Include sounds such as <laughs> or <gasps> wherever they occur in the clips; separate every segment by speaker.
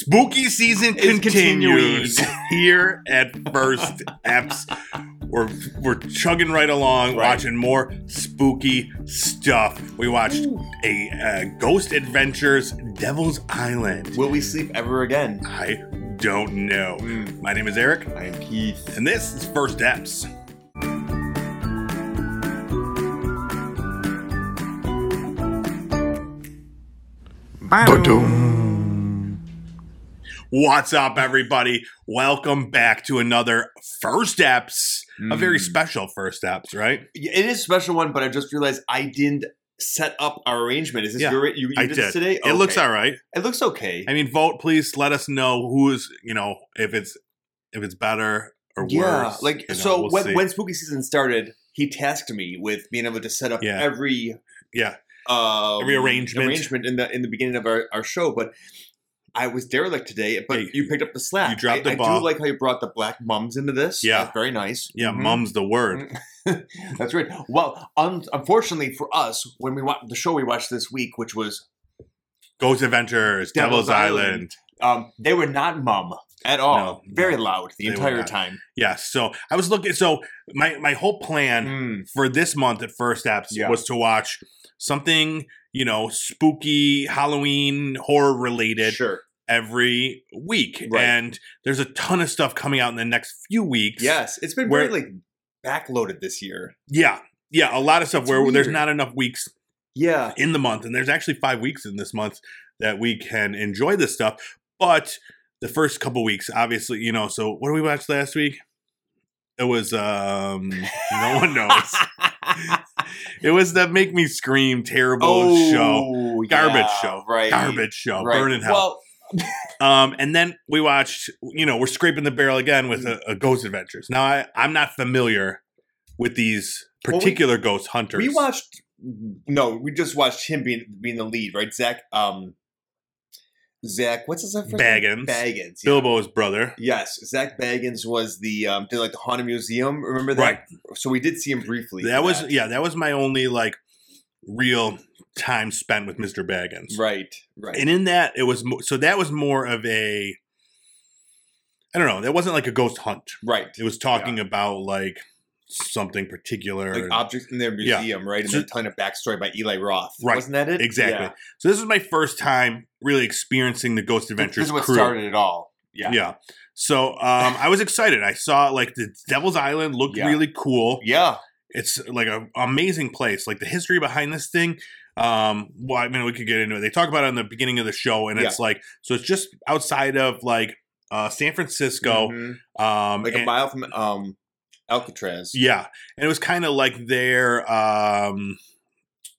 Speaker 1: Spooky season
Speaker 2: Is <laughs>
Speaker 1: continues here at First Eps. We're we're chugging right along,
Speaker 2: Right.
Speaker 1: watching more spooky stuff. We watched a uh, Ghost Adventures Devil's Island.
Speaker 2: Will we sleep ever again?
Speaker 1: I don't know.
Speaker 2: Hmm.
Speaker 1: My name is Eric,
Speaker 2: I am Keith.
Speaker 1: and this is First Eps. What's up, everybody? Welcome back to another First Eps. A very
Speaker 2: Hmm.
Speaker 1: special First Eps, right?
Speaker 2: It is a special one, but I just realized I didn't set up our arrangement. Is this
Speaker 1: Yeah,
Speaker 2: your you, you
Speaker 1: I
Speaker 2: did
Speaker 1: did.
Speaker 2: this today?
Speaker 1: It looks
Speaker 2: Okay.
Speaker 1: all right.
Speaker 2: It looks okay.
Speaker 1: I mean, vote please. Let us know who's you know if it's if it's better or
Speaker 2: yeah,
Speaker 1: worse.
Speaker 2: like
Speaker 1: you know,
Speaker 2: so
Speaker 1: we'll
Speaker 2: when,
Speaker 1: see.
Speaker 2: when spooky season started, he tasked me with being able to set up
Speaker 1: Yeah.
Speaker 2: every
Speaker 1: yeah,
Speaker 2: um,
Speaker 1: Every arrangement.
Speaker 2: arrangement in the in the beginning of our, our show, but I was derelict today, but
Speaker 1: Hey,
Speaker 2: you picked up the slack.
Speaker 1: you dropped
Speaker 2: I,
Speaker 1: the
Speaker 2: I
Speaker 1: ball.
Speaker 2: do like how you brought the black mums into this.
Speaker 1: Yeah.
Speaker 2: That's very nice.
Speaker 1: yeah,
Speaker 2: Mhm.
Speaker 1: mum's the word.
Speaker 2: <laughs> That's right. Well, un- unfortunately for us, when we watched the show we watched this week, which was
Speaker 1: Ghost Adventures, Devil's,
Speaker 2: Devil's
Speaker 1: Island.
Speaker 2: Mm-hmm. Island. um, they were not mum at all.
Speaker 1: No,
Speaker 2: Very
Speaker 1: no,
Speaker 2: loud the
Speaker 1: they were
Speaker 2: entire
Speaker 1: not.
Speaker 2: time.
Speaker 1: Yeah. So I was looking. So my my whole plan
Speaker 2: Mm,
Speaker 1: for this month at First Apps
Speaker 2: Yeah.
Speaker 1: was to watch something you know spooky Halloween horror related
Speaker 2: Sure.
Speaker 1: every week,
Speaker 2: Right.
Speaker 1: and there's a ton of stuff coming out in the next few weeks.
Speaker 2: Yes, it's been
Speaker 1: Where-
Speaker 2: very like backloaded this year.
Speaker 1: Yeah. Yeah, a lot of stuff
Speaker 2: It's
Speaker 1: where there's
Speaker 2: weird.
Speaker 1: not enough weeks
Speaker 2: Yeah. <laughs>
Speaker 1: <laughs> in the month, and there's actually five weeks in this month that we can enjoy this stuff. But the first couple weeks, obviously, you know. So what did we watch last week? It was um no
Speaker 2: <laughs>
Speaker 1: one knows. it was the make me scream terrible show, Garbage
Speaker 2: yeah,
Speaker 1: show.
Speaker 2: Right.
Speaker 1: garbage show,
Speaker 2: Oh, Right.
Speaker 1: burn in hell.
Speaker 2: Well,
Speaker 1: um, and then we watched. You know, we're scraping the barrel again with
Speaker 2: Mm.
Speaker 1: a, a Ghost Adventures. Now I I'm not familiar with these
Speaker 2: Well, we-
Speaker 1: particular ghost hunters.
Speaker 2: we watched. No, we just watched him being being the lead, right? Zach. Um. Zach, what's his first name?
Speaker 1: Baggins.
Speaker 2: Baggins. yeah.
Speaker 1: Bilbo's brother.
Speaker 2: Yes, Zach Baggins was the um, did like the haunted museum. Remember that?
Speaker 1: Right.
Speaker 2: So we did see him briefly.
Speaker 1: That
Speaker 2: for
Speaker 1: was yeah, that was my only like real time spent with Mr. Baggins.
Speaker 2: right, right.
Speaker 1: And in that it was mo- so that was more of a I don't know, that wasn't like a ghost hunt.
Speaker 2: right,
Speaker 1: It was talking about like something particular.
Speaker 2: like
Speaker 1: and-
Speaker 2: objects in their
Speaker 1: Yeah.
Speaker 2: museum, right? And
Speaker 1: So-
Speaker 2: then telling a backstory by Eli Roth.
Speaker 1: Right,
Speaker 2: wasn't that it?
Speaker 1: exactly.
Speaker 2: Yeah.
Speaker 1: so this was my first time really experiencing the Ghost
Speaker 2: This
Speaker 1: Adventures
Speaker 2: is what
Speaker 1: crew.
Speaker 2: started it all.
Speaker 1: yeah.
Speaker 2: Yeah,
Speaker 1: So um I was excited. I saw like the Devil's Island looked
Speaker 2: Yeah.
Speaker 1: really cool.
Speaker 2: yeah.
Speaker 1: it's like an amazing place. Like the history behind this thing. Um, well, I mean, we could get into it. They talk about it in the beginning of the show, and it's like so. It's just outside of like uh, San Francisco.
Speaker 2: Mhm.
Speaker 1: Um,
Speaker 2: like a
Speaker 1: and-
Speaker 2: mile from um, Alcatraz,
Speaker 1: yeah, and it was kind of like their um,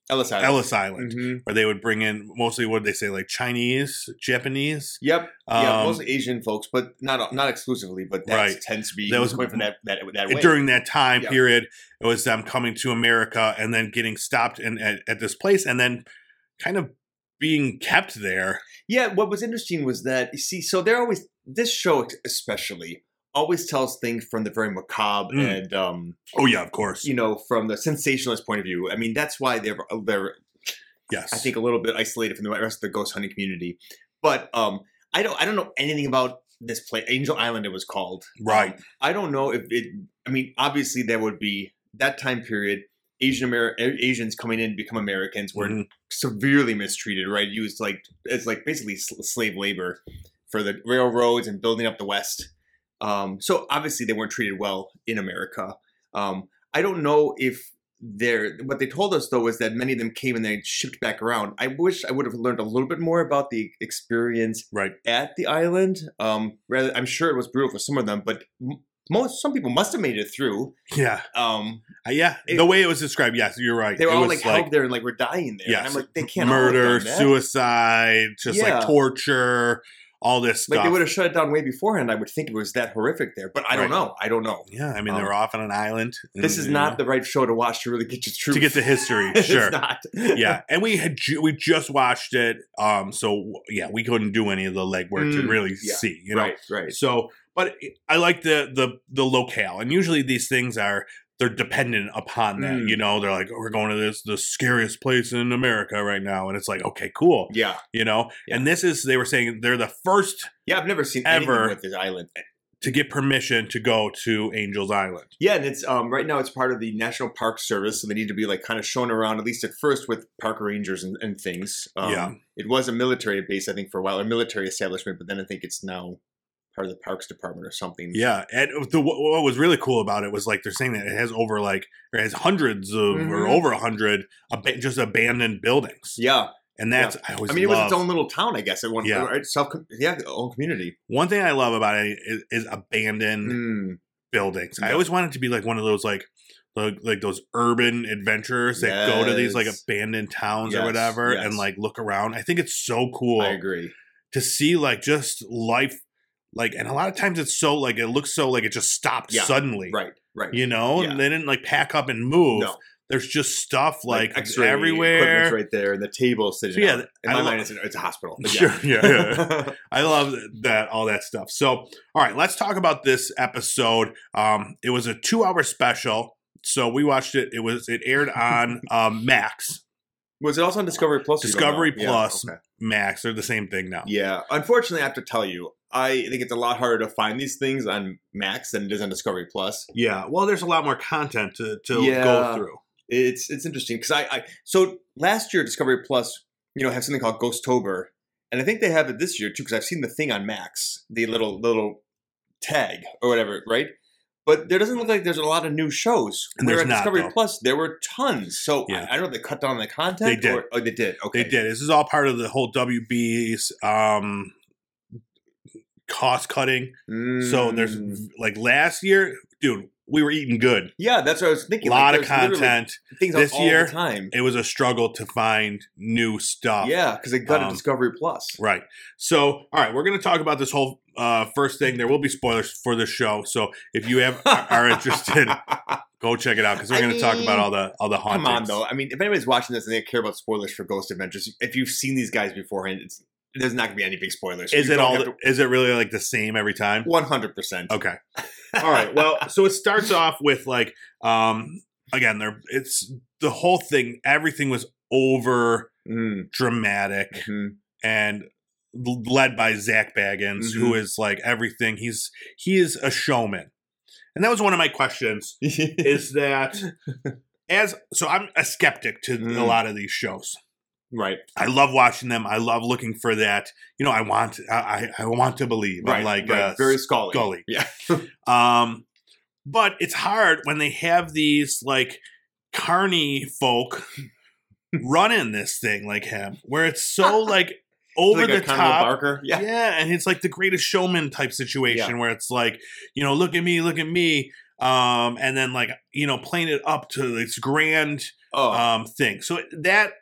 Speaker 2: Ellis Island.
Speaker 1: Ellis Island,
Speaker 2: Mhm.
Speaker 1: where they would bring in mostly what did they say like Chinese, Japanese.
Speaker 2: Yep. yeah,
Speaker 1: um,
Speaker 2: mostly Asian folks, but not not exclusively. But that
Speaker 1: Right.
Speaker 2: tends to be
Speaker 1: That was-
Speaker 2: coming from that that, that way.
Speaker 1: during that time
Speaker 2: Yeah.
Speaker 1: period it was them coming to america and then getting stopped and at, at this place and then kind of being kept there
Speaker 2: Yeah, what was interesting was that you see, so they're always this show especially always tells things from the very macabre
Speaker 1: Mm.
Speaker 2: and um,
Speaker 1: oh yeah of course
Speaker 2: you know from the sensationalist point of view. I mean, that's why they're uh, they're
Speaker 1: yes
Speaker 2: I think a little bit isolated from the rest of the ghost hunting community. But um, I don't I don't know anything about this place, Angel Island. It was called.
Speaker 1: right
Speaker 2: Um, I don't know if it. I mean, obviously there would be that time period. Asian Amer- Asians coming in to become Americans were
Speaker 1: Mhm.
Speaker 2: severely mistreated, right? Used like as like basically sl- slave labor for the railroads and building up the West. Um, so obviously they weren't treated well in America. Um, I don't know if they're what they told us though was that many of them came and they shipped back around. I wish I would have learned a little bit more about the experience
Speaker 1: Right.
Speaker 2: at the island. Um, rather, I'm sure it was brutal for some of them, but m- most some people must have made it through.
Speaker 1: Yeah,
Speaker 2: Um,
Speaker 1: Uh, yeah.
Speaker 2: It-
Speaker 1: the way it was described, yes, you're right.
Speaker 2: they were
Speaker 1: it
Speaker 2: all
Speaker 1: was
Speaker 2: like, held there and like were dying there. and
Speaker 1: Yes,
Speaker 2: I'm like they can't all have
Speaker 1: murder,
Speaker 2: done that.
Speaker 1: suicide, just
Speaker 2: Yeah.
Speaker 1: like torture, all this stuff.
Speaker 2: Like they would have shut it down way beforehand. I would think it was that horrific there, but I
Speaker 1: Right.
Speaker 2: don't know. I don't know.
Speaker 1: yeah, I mean, they
Speaker 2: Um,
Speaker 1: were off on an island.
Speaker 2: This
Speaker 1: and,
Speaker 2: is
Speaker 1: you
Speaker 2: not
Speaker 1: know,
Speaker 2: the right show to watch to really get your
Speaker 1: Mm-hmm.
Speaker 2: truth.
Speaker 1: to get the history.
Speaker 2: <laughs> It's
Speaker 1: sure,
Speaker 2: not.
Speaker 1: yeah. And we had ju- we just watched it, um. So yeah, we couldn't do any of the legwork to
Speaker 2: Mm,
Speaker 1: really
Speaker 2: yeah,
Speaker 1: see,
Speaker 2: <laughs>
Speaker 1: you know.
Speaker 2: Right. Right.
Speaker 1: So, but I like the the the locale, and usually these things are they're dependent upon that.
Speaker 2: Mm.
Speaker 1: You know, they're like, we're going to this the scariest place in America right now, and it's like, okay, cool.
Speaker 2: Yeah,
Speaker 1: You know,
Speaker 2: Yeah.
Speaker 1: and this is they were saying they're the first
Speaker 2: yeah. I've never seen
Speaker 1: Ever.
Speaker 2: anything with this island.
Speaker 1: to get permission to go to Angel's Island.
Speaker 2: Yeah, and it's um, right now it's part of the National Park Service, so they need to be like kind of shown around at least at first with park rangers and, and things. Um,
Speaker 1: Yeah.
Speaker 2: it was a military base, I think, for a while, a military establishment, but then I think it's now part of the Parks Department or something.
Speaker 1: Yeah, and the, what what was really cool about it was like they're saying that it has over like or it has hundreds of or
Speaker 2: Mhm.
Speaker 1: over a hundred ab- just abandoned buildings.
Speaker 2: yeah.
Speaker 1: and that's I always
Speaker 2: I mean, it was its
Speaker 1: love-
Speaker 2: own little town, I guess. At one,
Speaker 1: Yeah.
Speaker 2: right? Self, yeah, own community.
Speaker 1: one thing I love about it is, is abandoned
Speaker 2: Mm,
Speaker 1: buildings. I
Speaker 2: Yeah.
Speaker 1: always wanted to be like one of those like like, like those urban adventurers that go to these like
Speaker 2: Yes.
Speaker 1: abandoned towns or
Speaker 2: Yes,
Speaker 1: whatever
Speaker 2: yes.
Speaker 1: and like look around. I think it's so
Speaker 2: I
Speaker 1: cool
Speaker 2: agree.
Speaker 1: to see like just life like and a lot of times it's so like it looks so like it just stopped
Speaker 2: Yeah,
Speaker 1: suddenly.
Speaker 2: Right, right.
Speaker 1: You know,
Speaker 2: Yeah.
Speaker 1: they didn't like pack up and move.
Speaker 2: No.
Speaker 1: There's just stuff like,
Speaker 2: X-ray equipment's
Speaker 1: everywhere.
Speaker 2: right there, and the table sitting.
Speaker 1: So, yeah,
Speaker 2: out. in
Speaker 1: I
Speaker 2: my
Speaker 1: lo-
Speaker 2: mind, it's, it's a hospital.
Speaker 1: <laughs>
Speaker 2: but
Speaker 1: Sure, yeah, yeah.
Speaker 2: yeah.
Speaker 1: I love that all that stuff. So, all right, let's talk about this episode. Um, it was a two-hour special, so we watched it. It was it aired <laughs> on um, Max.
Speaker 2: <laughs> Was it also on Discovery Plus? You don't know?
Speaker 1: Discovery
Speaker 2: Yeah,
Speaker 1: Plus.
Speaker 2: okay.
Speaker 1: Max, they're the same thing now.
Speaker 2: Yeah, unfortunately, I have to tell you, I think it's a lot harder to find these things on Max than it is on Discovery Plus.
Speaker 1: Yeah. Well, there's a lot more content to, to go
Speaker 2: Yeah.
Speaker 1: through.
Speaker 2: It's it's interesting because I, I so last year Discovery Plus, you know, have something called Ghosttober, and I think they have it this year too because I've seen the thing on Max, the little little tag or whatever, right? But there doesn't look like there's a lot of new shows.
Speaker 1: And
Speaker 2: Where
Speaker 1: there's
Speaker 2: on
Speaker 1: not,
Speaker 2: Discovery
Speaker 1: though.
Speaker 2: Plus, there were tons. So I-
Speaker 1: Yeah.
Speaker 2: I, don't know if they cut down on the content.
Speaker 1: They did.
Speaker 2: Or, oh, they did. Okay.
Speaker 1: They did. This is all part of the whole WB's um, cost cutting. So there's
Speaker 2: Mm.
Speaker 1: like last year, dude, we were eating good.
Speaker 2: yeah, that's what I was thinking.
Speaker 1: A lot
Speaker 2: Like,
Speaker 1: of
Speaker 2: there's literally
Speaker 1: content.
Speaker 2: Things
Speaker 1: This
Speaker 2: this
Speaker 1: year,
Speaker 2: the time.
Speaker 1: It was a struggle to find new stuff.
Speaker 2: Yeah, because they got
Speaker 1: Um,
Speaker 2: a Discovery Plus.
Speaker 1: Right. So, all right, we're going to talk about this whole uh, first thing. There will be spoilers for the show, so if you have are, are <laughs> interested,
Speaker 2: <laughs>
Speaker 1: go check it out because we're
Speaker 2: I
Speaker 1: going to talk about
Speaker 2: mean,
Speaker 1: all the all the hauntings.
Speaker 2: Come on, though. I mean, if anybody's watching this and they care about spoilers for Ghost Adventures, if you've seen these guys beforehand, it's, there's not going to be any big spoilers.
Speaker 1: Is
Speaker 2: You
Speaker 1: it
Speaker 2: don't
Speaker 1: all?
Speaker 2: have
Speaker 1: the- is it really like the same every time?
Speaker 2: to- <laughs> 100%.
Speaker 1: Okay. <laughs> All right.
Speaker 2: <laughs>
Speaker 1: Well, so it starts off with like um again, there it's the whole thing. Everything was over <laughs>
Speaker 2: Mm,
Speaker 1: dramatic.
Speaker 2: mhm.
Speaker 1: and l- led by Zach Baggins, who is like everything. He's he is a showman, and that was one of my questions. Is that as so? I'm a skeptic to a
Speaker 2: Mm.
Speaker 1: lot of these shows.
Speaker 2: right.
Speaker 1: I love watching them. I love looking for that. You know, I want I I I want to believe.
Speaker 2: Right.
Speaker 1: I'm like
Speaker 2: right.
Speaker 1: uh,
Speaker 2: Very Scully.
Speaker 1: Scully.
Speaker 2: Yeah. <laughs>
Speaker 1: Um, but it's hard when they have these like carny folk
Speaker 2: <laughs>
Speaker 1: running this thing like him, where it's so like over
Speaker 2: Like a
Speaker 1: the
Speaker 2: Commodore
Speaker 1: top.
Speaker 2: Barker. Yeah.
Speaker 1: Yeah. and it's like the greatest showman type situation where it's like, you know, look at me, look at me. Um, and then like, you know, playing it up to this grand
Speaker 2: Oh.
Speaker 1: um thing. So that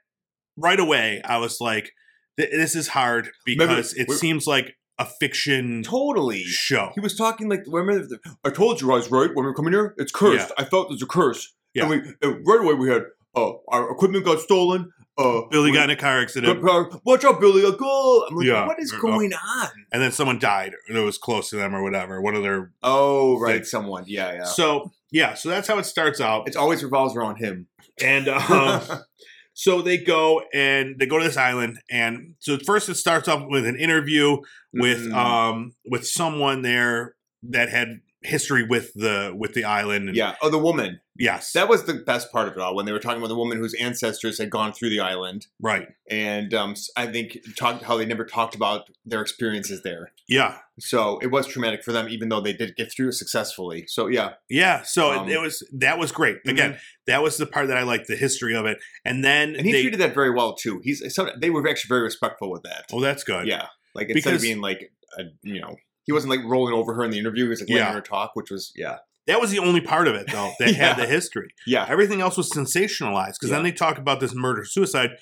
Speaker 1: right away, I was like, th- this is hard
Speaker 2: Remember-
Speaker 1: because it
Speaker 2: we-
Speaker 1: seems like a fiction
Speaker 2: totally.
Speaker 1: show.
Speaker 2: He was talking like, remember, the, I told you guys, right? When we were coming here, it's cursed. I felt there's a curse.
Speaker 1: Yeah.
Speaker 2: And we, and right away, we had uh, our equipment got stolen. Uh,
Speaker 1: Billy
Speaker 2: we-
Speaker 1: got in a car accident,
Speaker 2: Car- Watch out, Billy! A goal! I'm like,
Speaker 1: Yeah.
Speaker 2: what is
Speaker 1: Uh,
Speaker 2: going on?
Speaker 1: and then someone died that was close to them or whatever. One of their
Speaker 2: Oh,
Speaker 1: right,
Speaker 2: right, someone. Yeah, yeah.
Speaker 1: so yeah, so that's how it starts out.
Speaker 2: it always revolves around him.
Speaker 1: And <laughs> um,
Speaker 2: <laughs>
Speaker 1: so they go and they go to this island, and so first it starts off with an interview with
Speaker 2: Mm.
Speaker 1: um with someone there that had history with the with the island. And
Speaker 2: yeah. Oh, the woman.
Speaker 1: Yes.
Speaker 2: That was the best part of it all when they were talking about the woman whose ancestors had gone through the island,
Speaker 1: right.
Speaker 2: and um, s- I think talked how they never talked about their experiences there.
Speaker 1: Yeah.
Speaker 2: So it was traumatic for them, even though they did get through it successfully. So yeah,
Speaker 1: Yeah. So it-
Speaker 2: Um, mhm.
Speaker 1: it, was that was great. Again, that was the part that I liked the history of it, and then
Speaker 2: and he
Speaker 1: they,
Speaker 2: treated that very well too. He's so they were actually very respectful with that.
Speaker 1: oh that's good.
Speaker 2: Yeah, like instead
Speaker 1: Because-
Speaker 2: of being like, a, you know, he wasn't like rolling over her in the interview. He was like letting
Speaker 1: Yeah.
Speaker 2: her talk, which was yeah,
Speaker 1: That was the only part of it though that
Speaker 2: <laughs>
Speaker 1: had the
Speaker 2: Yeah.
Speaker 1: history.
Speaker 2: yeah.
Speaker 1: Everything else was sensationalized because then
Speaker 2: Yeah.
Speaker 1: they talk about this murder suicide.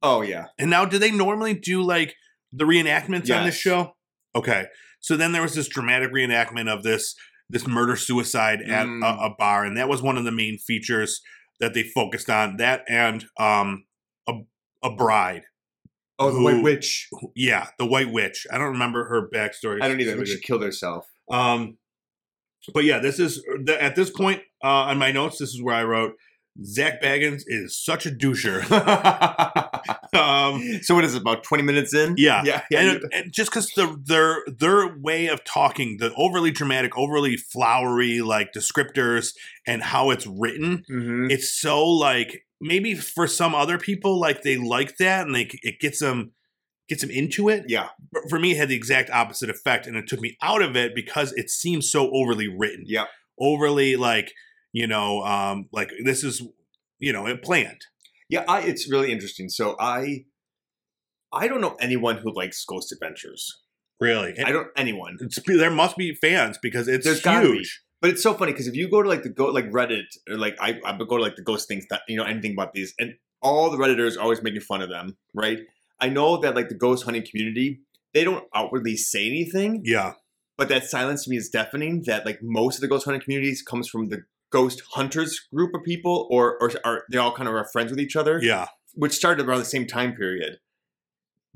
Speaker 2: Oh yeah,
Speaker 1: And now, do they normally do like the reenactments on this
Speaker 2: Yes.
Speaker 1: show? Okay, so then there was this dramatic reenactment of this this murder suicide at
Speaker 2: Mm.
Speaker 1: a, a bar, and that was one of the main features that they focused on. That and um a a bride,
Speaker 2: Oh, the
Speaker 1: Who-
Speaker 2: White Witch.
Speaker 1: yeah, the White Witch. I don't remember her backstory.
Speaker 2: <laughs> I don't either. I think she killed herself.
Speaker 1: <laughs> Um, but yeah, this is the, at this point uh, on my notes. This is where I wrote Zach Baggins is such a doucher. <laughs> um,
Speaker 2: so what is it? About twenty minutes in?
Speaker 1: Yeah.
Speaker 2: yeah.
Speaker 1: and, and just because the, their their way of talking, the overly dramatic, overly flowery like descriptors, and how it's written,
Speaker 2: Mhm.
Speaker 1: it's so like maybe for some other people like they like that and they it gets them gets them into it.
Speaker 2: Yeah.
Speaker 1: But for me, it had the exact opposite effect, and it took me out of it because it seems so overly written.
Speaker 2: Yeah.
Speaker 1: overly like you know, um, like this is you know it planned.
Speaker 2: Yeah, I, it's really interesting. So I, I don't know anyone who likes Ghost Adventures.
Speaker 1: Really,
Speaker 2: I don't anyone,
Speaker 1: it's, there must be fans because it's
Speaker 2: There's gotta be.
Speaker 1: huge.
Speaker 2: but it's so funny because if you go to like the go like Reddit or like I, I go to like the Ghost things that you know anything about these, and all the redditors are always making fun of them, right? I know that like the ghost hunting community, they don't outwardly say anything,
Speaker 1: Yeah,
Speaker 2: but that silence to me is deafening. That like most of the ghost hunting communities comes from the ghost hunters group of people, or or are they all kind of are friends with each other?
Speaker 1: yeah.
Speaker 2: which started around the same time period.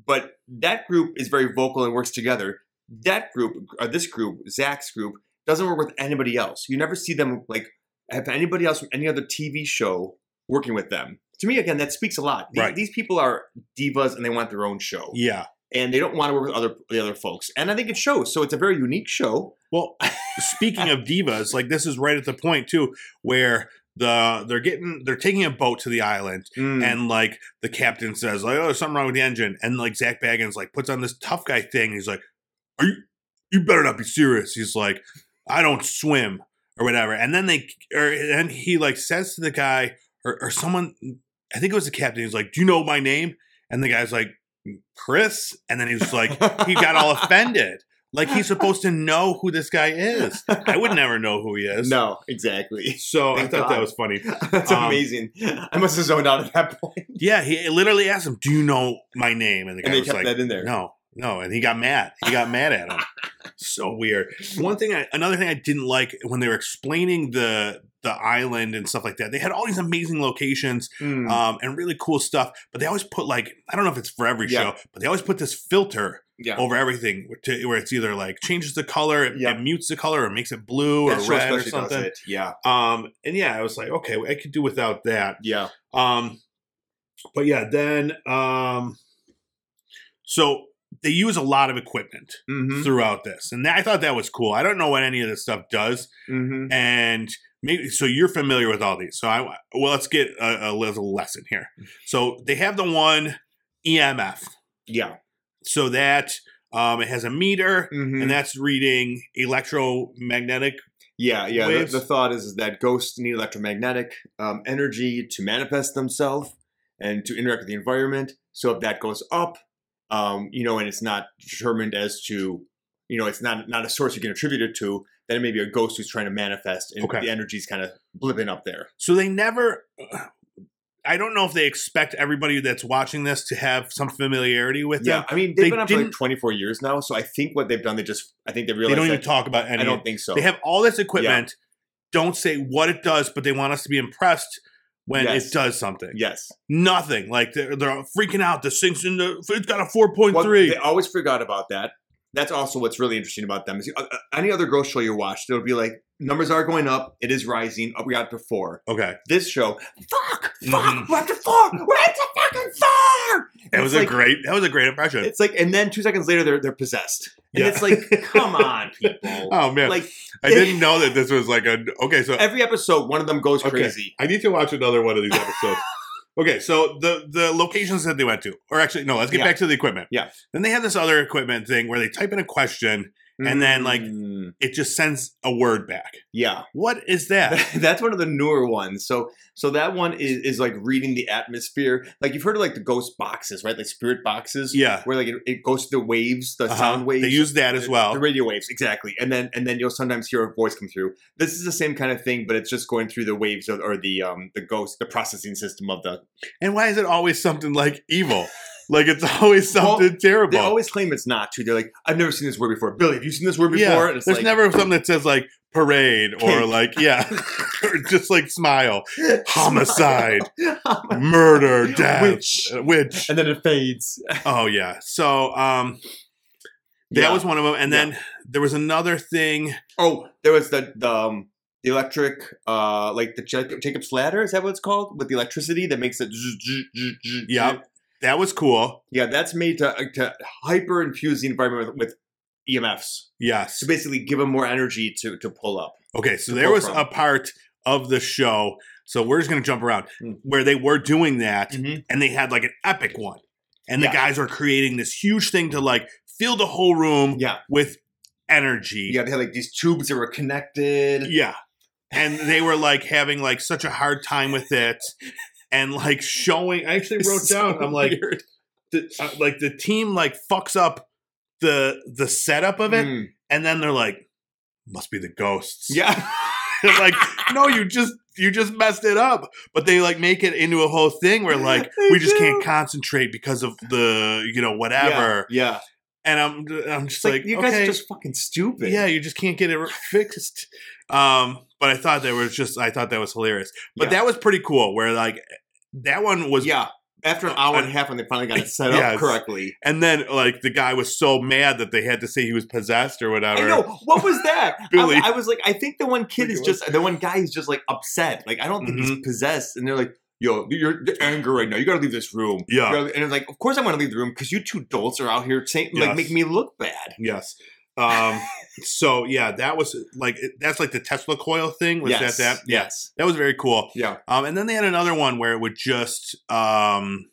Speaker 2: But that group is very vocal and works together. That group, or this group, Zach's group, doesn't work with anybody else. You never see them like have anybody else from any other TV show working with them. To me, again, that speaks a lot. These,
Speaker 1: Right.
Speaker 2: these people are divas and they want their own show,
Speaker 1: Yeah.
Speaker 2: and they don't want to work with other the other folks. And I think it shows. So it's a very unique show.
Speaker 1: Well, <laughs> speaking of divas, like this is right at the point too where the they're getting they're taking a boat to the island
Speaker 2: And
Speaker 1: and like the captain says like oh there's something wrong with the engine and like Zach Baggins like puts on this tough guy thing and he's like are you you better not be serious he's like I don't swim or whatever and then they or and he like says to the guy or, or someone I think it was the captain he's like do you know my name and the guy's like Chris and then he's like he got
Speaker 2: <laughs>
Speaker 1: all offended. Like he's supposed to know who this guy is. I would never know who he is.
Speaker 2: <laughs> no, exactly. <laughs>
Speaker 1: So I
Speaker 2: Thank
Speaker 1: thought that
Speaker 2: God.
Speaker 1: was funny.
Speaker 2: That's
Speaker 1: Um,
Speaker 2: amazing. I must have zoned out at that point,
Speaker 1: Yeah, he literally asked him, "Do you know my name?" And the guy
Speaker 2: and they
Speaker 1: was
Speaker 2: kept
Speaker 1: like,
Speaker 2: that in there.
Speaker 1: "No, no." And he got mad. He got mad
Speaker 2: <laughs>
Speaker 1: at him. So weird. One thing, I, another thing I didn't like when they were explaining the the island and stuff like that. They had all these amazing locations
Speaker 2: Mm.
Speaker 1: um, and really cool stuff, but they always put like I don't know if it's for every
Speaker 2: Yeah.
Speaker 1: show, but they always put this filter
Speaker 2: yeah.
Speaker 1: over everything to, where it's either like changes the color, it,
Speaker 2: Yeah.
Speaker 1: it mutes the color, or makes it blue
Speaker 2: That
Speaker 1: or
Speaker 2: show
Speaker 1: red or
Speaker 2: especially does
Speaker 1: something.
Speaker 2: it. Yeah,
Speaker 1: Um, and yeah, I was like, okay, I could do without that.
Speaker 2: yeah.
Speaker 1: Um, but yeah, then um, so they use a lot of equipment
Speaker 2: Mm-hmm.
Speaker 1: throughout this, and that, I thought that was cool. I don't know what any of this stuff does,
Speaker 2: Mm-hmm.
Speaker 1: and maybe so you're familiar with all these. So I well, let's get a, a little lesson here. So they have the one EMF,
Speaker 2: Yeah.
Speaker 1: so that um, it has a meter
Speaker 2: Mm-hmm.
Speaker 1: and that's reading electromagnetic.
Speaker 2: yeah, yeah. The,
Speaker 1: waves.
Speaker 2: the thought is, is that ghosts need electromagnetic um, energy to manifest themselves and to interact with the environment. So if that goes up, um, you know, and it's not determined as to, you know, it's not not a source you can attribute it to, then it may be a ghost who's trying to manifest, and
Speaker 1: Okay.
Speaker 2: the energy's kind of blipping up there.
Speaker 1: So they never. I don't know if they expect everybody that's watching this to have some familiarity with
Speaker 2: Yeah,
Speaker 1: them.
Speaker 2: I mean, they've
Speaker 1: They
Speaker 2: been up for like
Speaker 1: didn't-
Speaker 2: 24 years now, so I think what they've done, they just, I think they
Speaker 1: They
Speaker 2: realized
Speaker 1: don't
Speaker 2: that-
Speaker 1: even talk about any.
Speaker 2: I don't think so.
Speaker 1: They have all this equipment. Don't say what it does, but they want us to be impressed when
Speaker 2: Yes.
Speaker 1: it does something.
Speaker 2: yes.
Speaker 1: Nothing. Like they're, they're freaking out. This thing's in the. It's got a four point
Speaker 2: Well,
Speaker 1: three.
Speaker 2: They always forgot about that. That's also what's really interesting about them. Is uh, uh, any other girl show you watch, it'll be like numbers are going up, it is rising. Up we got to four.
Speaker 1: okay,
Speaker 2: This show, fuck, fuck,
Speaker 1: Mhm.
Speaker 2: we're up to four, we're up to fucking four.
Speaker 1: that
Speaker 2: It's
Speaker 1: was
Speaker 2: like-
Speaker 1: a great. That was a great impression.
Speaker 2: It's like, and then two seconds later, they're they're possessed, and
Speaker 1: Yeah.
Speaker 2: it's like,
Speaker 1: <laughs>
Speaker 2: come on, people.
Speaker 1: oh man,
Speaker 2: Like
Speaker 1: I didn't know that this was like a. Okay, so
Speaker 2: every episode, one of them goes
Speaker 1: Okay.
Speaker 2: crazy.
Speaker 1: I need to watch another one of these
Speaker 2: <laughs>
Speaker 1: episodes. okay, so the the locations that they went to, or actually, no, let's get
Speaker 2: Yeah.
Speaker 1: back to the equipment.
Speaker 2: Yeah.
Speaker 1: Then they have this other equipment thing where they type in a question, And then, like-
Speaker 2: Mm,
Speaker 1: it just sends a word back.
Speaker 2: yeah.
Speaker 1: What is that?
Speaker 2: <laughs> That's one of the newer ones. So so that one is, is like reading the atmosphere. Like you've heard of like the ghost boxes, right? Like spirit boxes.
Speaker 1: yeah.
Speaker 2: Where like it, it goes through the waves, the
Speaker 1: Uh-huh.
Speaker 2: sound waves.
Speaker 1: They use that as well.
Speaker 2: The radio waves, exactly. And then and then you'll sometimes hear a voice come through. This is the same kind of thing, but it's just going through the waves or, or the um the ghost, the processing system of the
Speaker 1: and why is it always something like evil? like it's always something terrible.
Speaker 2: they always claim it's not too. They're like, I've never seen this word before. Billy, have you seen this word before?
Speaker 1: yeah.
Speaker 2: And it's
Speaker 1: There's
Speaker 2: like, <laughs>
Speaker 1: never something that says like parade or
Speaker 2: Cake.
Speaker 1: like
Speaker 2: <laughs>
Speaker 1: yeah, <laughs> or just like smile, homicide,
Speaker 2: <laughs> Homicide.
Speaker 1: murder, death,
Speaker 2: Witch.
Speaker 1: uh, witch.
Speaker 2: And then it fades.
Speaker 1: Oh yeah. So um that
Speaker 2: Yeah.
Speaker 1: was one of them. And
Speaker 2: Yeah.
Speaker 1: then there was another thing.
Speaker 2: Oh, there was the the, um, the electric, uh, like the Jac- Jacob's ladder. Is that what it's called? With the electricity that makes it. zzz, zzz, zzz, zzz,
Speaker 1: Yep.
Speaker 2: zzz.
Speaker 1: That was cool.
Speaker 2: Yeah, that's made to to hyper infuse the environment with, E with EMFs
Speaker 1: Yes.
Speaker 2: to basically give them more energy to to pull up.
Speaker 1: Okay, so
Speaker 2: to
Speaker 1: there
Speaker 2: pull
Speaker 1: was
Speaker 2: from.
Speaker 1: a part of the show. So we're just gonna jump around
Speaker 2: Mm.
Speaker 1: where they were doing that,
Speaker 2: Mhm.
Speaker 1: and they had like an epic one, and the
Speaker 2: Yeah.
Speaker 1: guys were creating this huge thing to like fill the whole room
Speaker 2: Yeah,
Speaker 1: with energy.
Speaker 2: yeah, they had like these tubes that were connected.
Speaker 1: Yeah. And they were like having like such a hard time with it and like showing I actually wrote
Speaker 2: <laughs> So
Speaker 1: down I'm like
Speaker 2: weird.
Speaker 1: the, uh, like the team like fucks up the the setup of it
Speaker 2: Mm.
Speaker 1: and then they're like must be the ghosts.
Speaker 2: yeah, <laughs>
Speaker 1: They're <laughs> like no you just you just messed it up. But they like make it into a whole thing where like
Speaker 2: <laughs> They
Speaker 1: we just
Speaker 2: do.
Speaker 1: can't concentrate because of the you know whatever.
Speaker 2: Yeah, yeah.
Speaker 1: And I'm I'm just
Speaker 2: It's like,
Speaker 1: like,
Speaker 2: you
Speaker 1: okay.
Speaker 2: guys are just fucking stupid.
Speaker 1: Yeah, you just can't get it fixed. Um, but I thought that was just I thought that was hilarious. But
Speaker 2: Yeah.
Speaker 1: that was pretty cool. Where like that one was,
Speaker 2: yeah. After an hour and a half, when they finally got it set up
Speaker 1: Yes.
Speaker 2: correctly.
Speaker 1: and then like the guy was so mad that they had to say he was possessed or whatever.
Speaker 2: I know. What was that? I-
Speaker 1: Billy.
Speaker 2: I, was like, I think the one kid
Speaker 1: Like
Speaker 2: is
Speaker 1: it
Speaker 2: just the one guy is just like upset. Like I don't think
Speaker 1: Mm-hmm.
Speaker 2: he's possessed. And they're like, Yo, you're, you're anger right now. You got to leave this room.
Speaker 1: Yeah.
Speaker 2: You gotta- and it's like, of course I want to leave the room because you two dolts are out here saying
Speaker 1: Yes.
Speaker 2: like make me look bad.
Speaker 1: Yes. Um.
Speaker 2: <laughs>
Speaker 1: so yeah, that was like it- that's like the Tesla coil thing. Was
Speaker 2: yes.
Speaker 1: that that? Yeah.
Speaker 2: Yes.
Speaker 1: That was very cool.
Speaker 2: Yeah.
Speaker 1: Um, and then they had another one where it would just, um,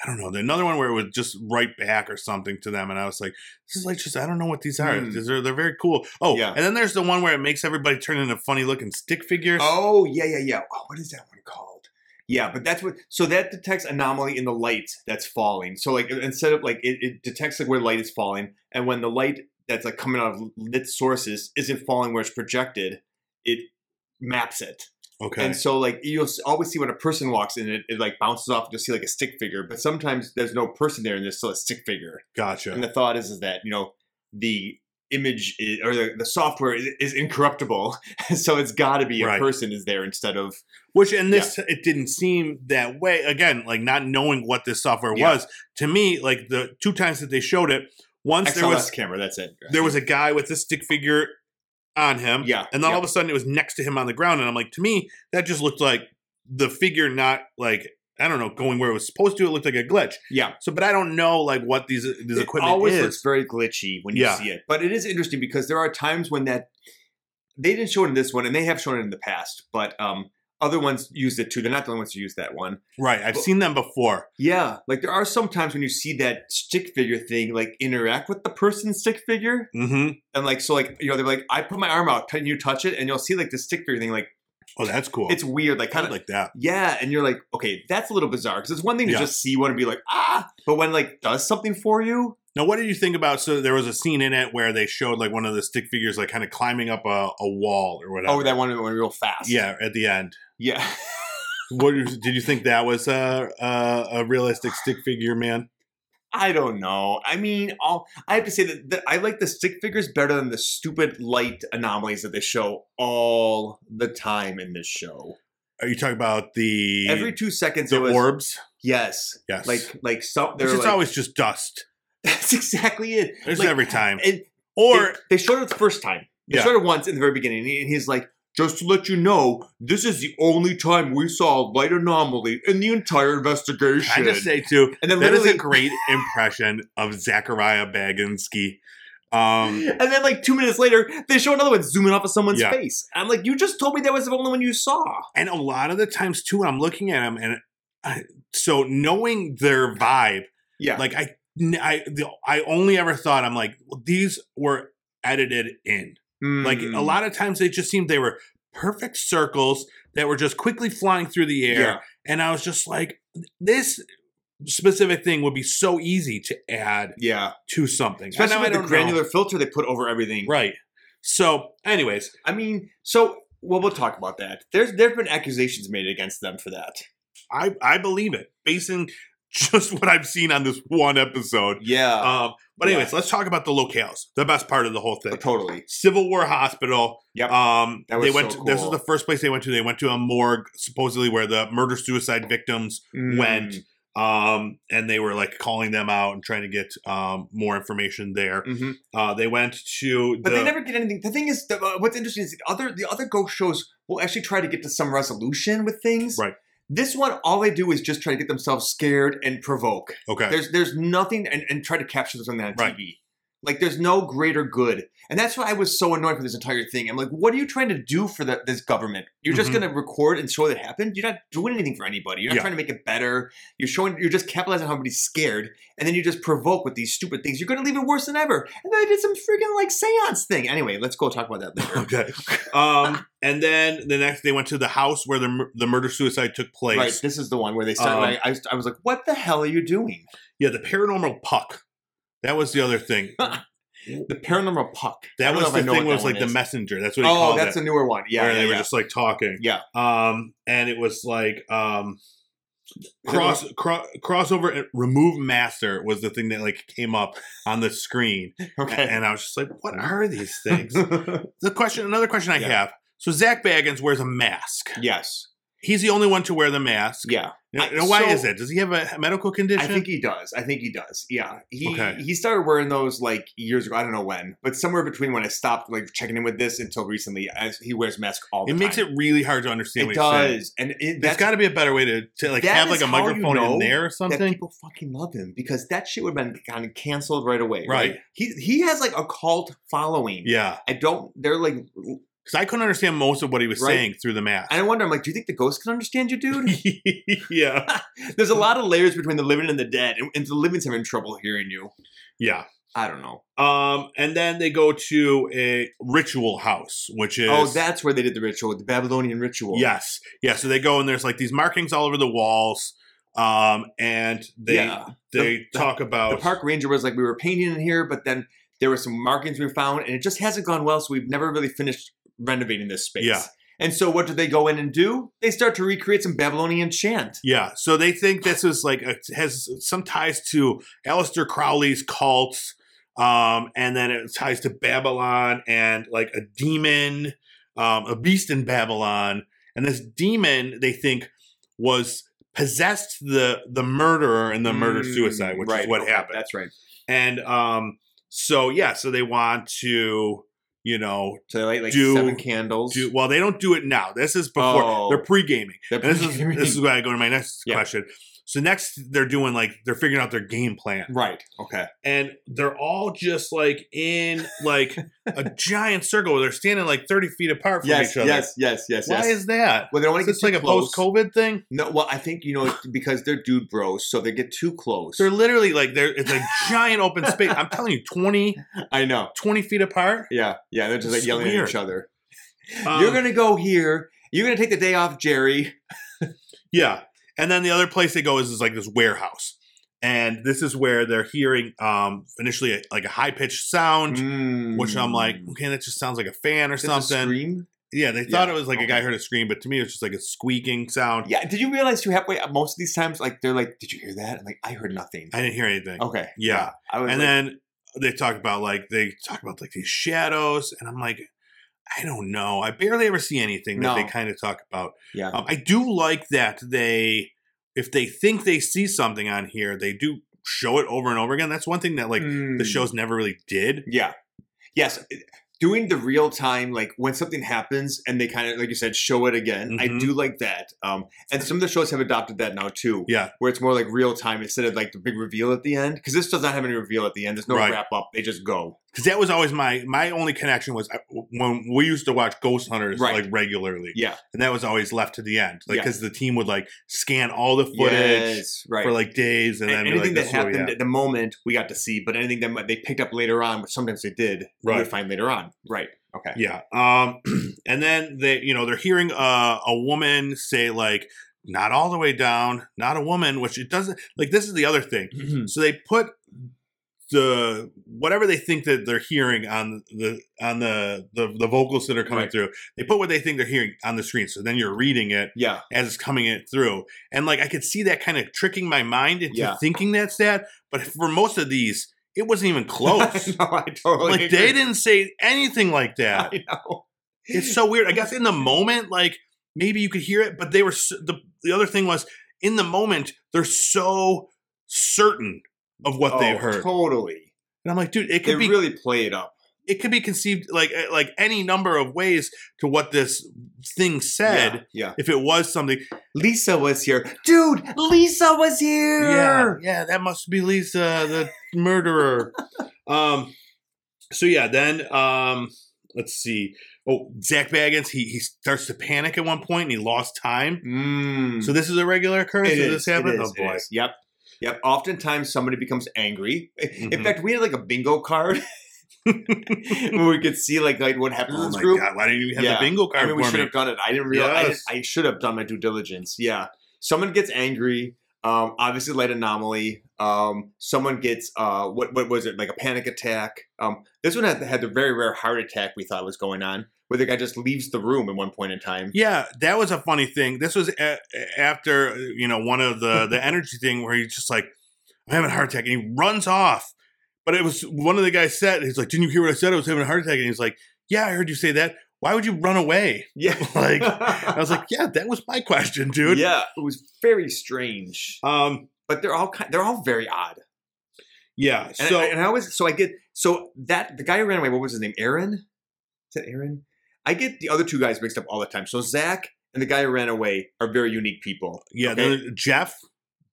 Speaker 1: I don't know, another one where it would just write back or something to them. And I was like, this is like just, I don't know what these are.
Speaker 2: Hmm.
Speaker 1: These are they're very cool. Oh,
Speaker 2: Yeah.
Speaker 1: And then there's the one where it makes everybody turn into funny looking stick figures. <laughs>
Speaker 2: Oh yeah, yeah, yeah. Oh, what is that one called? Yeah, but that's what. So that detects anomaly in the light that's falling. So like instead of like it, it detects like where light is falling, and when the light that's like coming out of lit sources isn't falling where it's projected, it maps it.
Speaker 1: okay.
Speaker 2: And so like you'll s- always see when a person walks in, it, it like bounces off. You'll see like a stick figure, but sometimes there's no person there, and there's still a stick figure.
Speaker 1: gotcha.
Speaker 2: And the thought is, is that you know the image is, or the, the software is, is incorruptible, <laughs> so it's got to be a
Speaker 1: Right.
Speaker 2: person is there instead of
Speaker 1: Which, and this, it didn't seem that way. Again, like not knowing what this software
Speaker 2: Yeah.
Speaker 1: was. To me, like the two times that they showed it, once
Speaker 2: XLS
Speaker 1: there was
Speaker 2: camera. That's it.
Speaker 1: there was a guy with a stick figure on him.
Speaker 2: Yeah,
Speaker 1: And then
Speaker 2: yeah.
Speaker 1: all of a sudden it was next to him on the ground. And I'm like, to me, that just looked like the figure not like, I don't know, going where it was supposed to. It looked like a glitch.
Speaker 2: yeah.
Speaker 1: So, but I don't know like what these these
Speaker 2: It
Speaker 1: equipment
Speaker 2: always
Speaker 1: is.
Speaker 2: looks very glitchy when you
Speaker 1: Yeah.
Speaker 2: see it, but it is interesting because there are times when that they didn't show it in this one, and they have shown it in the past, but um, other ones used it too. They're not the only ones who use that one.
Speaker 1: right. I've
Speaker 2: Well-
Speaker 1: seen them before.
Speaker 2: Yeah, like there are some times when you see that stick figure thing like interact with the person's stick figure,
Speaker 1: hmm
Speaker 2: and like so like you know they're like I put my arm out, can you touch it? And you'll see like the stick figure thing like
Speaker 1: Oh, that's cool.
Speaker 2: it's weird, like kind of
Speaker 1: like that.
Speaker 2: Yeah, and you're like, okay, that's a little bizarre because it's one thing to
Speaker 1: Yeah.
Speaker 2: just see one and be like, ah, but when like does something for you,
Speaker 1: Now, what did you think about? So there was a scene in it where they showed like one of the stick figures like kind of climbing up a, a wall or whatever.
Speaker 2: oh, that one went real fast.
Speaker 1: yeah, at the end.
Speaker 2: yeah. <laughs>
Speaker 1: What did you- did you think that was a, a, a realistic stick figure, man?
Speaker 2: I don't know. I mean, all I have to say that, that I like the stick figures better than the stupid light anomalies that they show all the time in this show.
Speaker 1: Are you talking about the
Speaker 2: Every two seconds,
Speaker 1: the
Speaker 2: it was,
Speaker 1: orbs?
Speaker 2: yes,
Speaker 1: Yes.
Speaker 2: like like some.
Speaker 1: Which
Speaker 2: They're
Speaker 1: is
Speaker 2: like,
Speaker 1: always just dust.
Speaker 2: <laughs> that's exactly it.
Speaker 1: There's
Speaker 2: Like,
Speaker 1: every time.
Speaker 2: and
Speaker 1: Or
Speaker 2: They- they showed it the first time. They
Speaker 1: Yeah.
Speaker 2: showed it once in the very beginning, and he's like, "Just to let you know, this is the only time we saw a light anomaly in the entire investigation."
Speaker 1: I just say too,
Speaker 2: and then
Speaker 1: that is a
Speaker 2: literally,
Speaker 1: great impression of Zachariah Baginski. Um,
Speaker 2: <laughs> and then like two minutes later, they show another one zooming off of someone's
Speaker 1: Yeah.
Speaker 2: face. I'm like, "You just told me that was the only one you saw."
Speaker 1: and a lot of the times too, I'm looking at him, and I, so knowing their vibe,
Speaker 2: Yeah,
Speaker 1: like I, I, the, I only ever thought I'm like well, these were edited in. Like a
Speaker 2: Mm.
Speaker 1: lot of times, they just seemed they were perfect circles that were just quickly flying through the air.
Speaker 2: Yeah,
Speaker 1: And I was just like, this specific thing would be so easy to add
Speaker 2: yeah.
Speaker 1: to something. And
Speaker 2: Especially
Speaker 1: now I
Speaker 2: with the
Speaker 1: don't know.
Speaker 2: granular filter they put over
Speaker 1: <laughs>
Speaker 2: everything.
Speaker 1: Right. So, anyways,
Speaker 2: I mean, so well, we'll talk about that. There's there've been accusations made against them for that.
Speaker 1: I, I believe it based on <laughs> just what I've seen on this one episode.
Speaker 2: Uh, Yeah,
Speaker 1: Um, but, anyways, let's talk about the locales, the best part of the whole thing.
Speaker 2: totally.
Speaker 1: Civil War Hospital.
Speaker 2: Yep.
Speaker 1: Um,
Speaker 2: That
Speaker 1: they
Speaker 2: was
Speaker 1: went.
Speaker 2: so
Speaker 1: to- This is
Speaker 2: cool. Hmm.
Speaker 1: the first place they went to. They went to a morgue, supposedly where the murder suicide victims went. um, and they were like calling them out and trying to get um, more information there.
Speaker 2: Mhm.
Speaker 1: Uh, they went to
Speaker 2: But
Speaker 1: the,
Speaker 2: they never get anything. The thing is, the, uh, what's interesting is the other the other ghost shows will actually try to get to some resolution with things.
Speaker 1: Right.
Speaker 2: This one, all they do is just try to get themselves scared and provoke.
Speaker 1: okay.
Speaker 2: <laughs> There's there's nothing and, and try to capture this on that
Speaker 1: Right.
Speaker 2: TV. Like there's no greater good, and that's why I was so annoyed for this entire thing. I'm like, what are you trying to do for the, this government? You're just
Speaker 1: Mhm.
Speaker 2: going to record and show that happened. You're not doing anything for anybody. You're not
Speaker 1: Yeah.
Speaker 2: trying to make it better. You're showing. You're just capitalizing on how everybody's scared, and then you just provoke with these stupid things. You're going to leave it worse than ever. And then I did some freaking like seance thing. Anyway, let's go talk about that
Speaker 1: <laughs>
Speaker 2: later. <laughs>
Speaker 1: Okay. Um, and then the next, they went to the house where the mur- the murder suicide took place.
Speaker 2: right. This is the one where they started.
Speaker 1: Um,
Speaker 2: like, I, I was like, what the hell are you doing?
Speaker 1: Yeah, the paranormal puck. That was the other thing.
Speaker 2: The paranormal puck. I
Speaker 1: That
Speaker 2: don't know
Speaker 1: was
Speaker 2: if I
Speaker 1: the
Speaker 2: know
Speaker 1: thing.
Speaker 2: what
Speaker 1: Was
Speaker 2: that one
Speaker 1: like the
Speaker 2: is.
Speaker 1: messenger. That's what he
Speaker 2: Oh,
Speaker 1: called
Speaker 2: that's
Speaker 1: it.
Speaker 2: a newer one. Yeah,
Speaker 1: where
Speaker 2: yeah,
Speaker 1: they were
Speaker 2: yeah.
Speaker 1: just like talking.
Speaker 2: Yeah.
Speaker 1: Um, and it was like um,
Speaker 2: Is it
Speaker 1: cross cro- crossover. and Remove master was the thing that like came up on the screen,
Speaker 2: <laughs> Okay.
Speaker 1: and I was just like, "What are these
Speaker 2: <laughs>
Speaker 1: things?"
Speaker 2: yes.
Speaker 1: the question. Another question I
Speaker 2: Yeah.
Speaker 1: have. So Zach Baggins wears a mask. <laughs>
Speaker 2: <laughs>
Speaker 1: He's the only one to wear the mask.
Speaker 2: Yeah.
Speaker 1: Now,
Speaker 2: I-
Speaker 1: now why
Speaker 2: so-
Speaker 1: is that? Does he have a medical condition?
Speaker 2: I think he does. I think he does. Yeah. He
Speaker 1: Okay.
Speaker 2: he started wearing those like years ago. I don't know when, but somewhere between when I stopped like checking in with this until recently, as he wears mask all the
Speaker 1: it
Speaker 2: time.
Speaker 1: makes it really hard to understand
Speaker 2: It
Speaker 1: what he's saying.
Speaker 2: does, and it,
Speaker 1: There's
Speaker 2: that's
Speaker 1: got to be a better way to, to like
Speaker 2: That
Speaker 1: have
Speaker 2: is
Speaker 1: like a
Speaker 2: how you
Speaker 1: microphone
Speaker 2: know
Speaker 1: in there or
Speaker 2: that
Speaker 1: something.
Speaker 2: people fucking love him because that shit would have been kind of canceled right away.
Speaker 1: Right.
Speaker 2: He he has like a cult following.
Speaker 1: Yeah,
Speaker 2: I don't. They're like.
Speaker 1: because I couldn't understand most of what he was
Speaker 2: Right.
Speaker 1: saying through the mask.
Speaker 2: I wonder. I'm like, do you think the ghosts can understand you, dude?
Speaker 1: <laughs> yeah,
Speaker 2: There's a lot of layers between the living and the dead, and, and the living's having trouble hearing you.
Speaker 1: yeah.
Speaker 2: I don't know.
Speaker 1: Um, and then they go to a ritual house, which is
Speaker 2: Oh, that's where they did the ritual, the Babylonian ritual.
Speaker 1: yes, yeah. So they go and there's like these markings all over the walls, um, and they
Speaker 2: yeah.
Speaker 1: they
Speaker 2: the-
Speaker 1: talk about
Speaker 2: The park ranger was like, we were painting in here, but then there were some markings we found, and it just hasn't gone well, so we've never really finished renovating this space.
Speaker 1: Yeah.
Speaker 2: And so what do they go in and do? They start to recreate some Babylonian chant.
Speaker 1: Yeah, so they think this is like a, has some ties to Aleister Crowley's cults, um, and then it ties to Babylon and like a demon, um, a beast in Babylon, and this demon they think was possessed the the murderer and the murder suicide,
Speaker 2: Mm,
Speaker 1: which
Speaker 2: right,
Speaker 1: is what
Speaker 2: okay,
Speaker 1: happened.
Speaker 2: That's right.
Speaker 1: And um, so yeah, so they want to you know
Speaker 2: So they light like
Speaker 1: Do-
Speaker 2: seven candles.
Speaker 1: do well. They don't do it now. This is before
Speaker 2: Oh.
Speaker 1: they're pre gaming.
Speaker 2: They're
Speaker 1: And <laughs> this is
Speaker 2: pretty-
Speaker 1: this is where I go to my next
Speaker 2: Yeah.
Speaker 1: question. So next they're doing like they're figuring out their game plan.
Speaker 2: right. Okay.
Speaker 1: And they're all just like in like
Speaker 2: <laughs>
Speaker 1: a giant circle where they're standing like 30 feet apart from
Speaker 2: Yes,
Speaker 1: each other.
Speaker 2: yes, yes, yes,
Speaker 1: Why
Speaker 2: yes.
Speaker 1: is that?
Speaker 2: well, they don't want
Speaker 1: Is
Speaker 2: to
Speaker 1: this
Speaker 2: get
Speaker 1: like
Speaker 2: too
Speaker 1: a
Speaker 2: close.
Speaker 1: post COVID thing?
Speaker 2: No, well, I think you know it's because they're dude bros, so they get too close. <laughs>
Speaker 1: They're literally like they're it's a giant open space. I'm telling you, 20,
Speaker 2: I know.
Speaker 1: 20 feet apart.
Speaker 2: Yeah, yeah, they're just like
Speaker 1: It's
Speaker 2: yelling at
Speaker 1: weird.
Speaker 2: each other.
Speaker 1: Um,
Speaker 2: you're gonna go here. You're gonna take the day off, Jerry.
Speaker 1: Yeah. And then the other place they go is, is like this warehouse. And this is where they're hearing um initially a, like a high pitched sound. which I'm like, okay, that just sounds like a fan or
Speaker 2: Hmm. Is this Mm. a
Speaker 1: something.
Speaker 2: scream?
Speaker 1: Yeah, they thought
Speaker 2: Yeah,
Speaker 1: it was like a
Speaker 2: okay.
Speaker 1: guy heard a scream, but to me, it was just like a squeaking sound.
Speaker 2: Yeah. Did you realize too halfway? Most of these times, like they're like, "Did you hear that?" I'm like, "I heard nothing."
Speaker 1: I didn't hear anything.
Speaker 2: okay.
Speaker 1: Yeah.
Speaker 2: I was
Speaker 1: And
Speaker 2: like,
Speaker 1: then they talk about like they talk about like these shadows, and I'm like, I don't know. I barely ever see anything that
Speaker 2: No.
Speaker 1: they kind of talk about.
Speaker 2: yeah.
Speaker 1: Um, I do like that they, if they think they see something on here, they do show it over and over again. That's one thing that like the
Speaker 2: Mm.
Speaker 1: shows never really did.
Speaker 2: Yeah. Yes. Doing the real time, like when something happens and they kind of, like you said, show it again. I
Speaker 1: Mhm.
Speaker 2: do like that. Um, and some of the shows have adopted that now too.
Speaker 1: Yeah.
Speaker 2: Where it's more like real time instead of like the big reveal at the end. Because this does not have any reveal at the end. There's no
Speaker 1: Right.
Speaker 2: wrap up. They just go.
Speaker 1: because that was always my my only connection was I, when we used to watch Ghost Hunters
Speaker 2: Right.
Speaker 1: like regularly,
Speaker 2: Yeah.
Speaker 1: and that was always left to the end, like
Speaker 2: Yeah.
Speaker 1: because the team would like scan all the footage
Speaker 2: Yes, right.
Speaker 1: for like days, and,
Speaker 2: And
Speaker 1: then be
Speaker 2: anything
Speaker 1: like,
Speaker 2: that
Speaker 1: "This is what we
Speaker 2: happened
Speaker 1: have."
Speaker 2: at the moment we got to see, but anything that might- they picked up later on, which sometimes they did, we
Speaker 1: Right.
Speaker 2: would find later on. Right. Okay.
Speaker 1: yeah. Um, <clears throat> and then they, you know, they're hearing a, a woman say like, "Not all the way down, not a woman," which it doesn't. Like this is the other thing. So they put the whatever they think that they're hearing on the on the the, the vocals that are coming
Speaker 2: Right.
Speaker 1: through. They put what they think they're hearing on the screen. So then you're reading it <laughs>
Speaker 2: Yeah.
Speaker 1: as it's coming it through. And like I could see that kind of tricking my mind into
Speaker 2: Yeah.
Speaker 1: thinking that's that. But for most of these, it wasn't even close.
Speaker 2: <laughs> no, I totally
Speaker 1: like they
Speaker 2: agree.
Speaker 1: didn't say anything like that.
Speaker 2: <laughs> I know.
Speaker 1: It's so weird. I guess in the moment, like maybe you could hear it, but they were s- the the other thing was in the moment they're so certain of what they've
Speaker 2: Oh,
Speaker 1: heard.
Speaker 2: Totally.
Speaker 1: And I'm like, dude, it
Speaker 2: They
Speaker 1: could be
Speaker 2: really play it up.
Speaker 1: it could be conceived like eh, like any number of ways to what this thing said
Speaker 2: Yeah. yeah.
Speaker 1: if it was something.
Speaker 2: Lisa was here. Dude, Lisa was
Speaker 1: Yeah,
Speaker 2: here.
Speaker 1: yeah, that must be Lisa, the
Speaker 2: <laughs>
Speaker 1: murderer. um, so yeah, then um, let's see. Oh, Zach Baggins, he he starts to panic at one point, and he lost time.
Speaker 2: Mm.
Speaker 1: So this is a regular occurrence.
Speaker 2: It
Speaker 1: that
Speaker 2: is,
Speaker 1: this happened.
Speaker 2: it is,
Speaker 1: oh
Speaker 2: it
Speaker 1: boy.
Speaker 2: is. Yep. Yep. Oftentimes somebody becomes angry.
Speaker 1: Mhm.
Speaker 2: In fact, we had like a bingo card <laughs> where we could see like, like what happened to
Speaker 1: Oh
Speaker 2: this
Speaker 1: my
Speaker 2: group.
Speaker 1: god! Why didn't you have
Speaker 2: Yeah.
Speaker 1: the bingo card
Speaker 2: I mean, we
Speaker 1: for
Speaker 2: should
Speaker 1: me?
Speaker 2: have done it. I didn't realize.
Speaker 1: Yes.
Speaker 2: I, didn't, I should have done my due diligence. Yeah. Someone gets angry. Um, obviously, light anomaly. Um, someone gets uh, what? What was it? Like a panic attack. Um, this one had, had the very rare heart attack we thought was going on, where the guy just leaves the room at one point in time.
Speaker 1: Yeah, that was a funny thing. This was a- after you know one of the the energy thing where he's just like, I'm having a heart attack, and he runs off. But it was one of the guys said he's like, didn't you hear what I said? I was having a heart attack, and he's like, yeah, I heard you say that. Why would you run away?
Speaker 2: Yeah.
Speaker 1: Like, I
Speaker 2: <laughs>
Speaker 1: was <laughs> like, yeah, that was my question, dude.
Speaker 2: yeah, it was very strange.
Speaker 1: Um.
Speaker 2: But they're all ki- they're all very odd.
Speaker 1: Yeah.
Speaker 2: And
Speaker 1: so
Speaker 2: I, and I always so I get so that the guy who ran away. What was his name? Aaron. Is that Aaron? I get the other two guys mixed up all the time. So Zach and the guy who ran away are very unique people.
Speaker 1: yeah,
Speaker 2: okay.
Speaker 1: then Jeff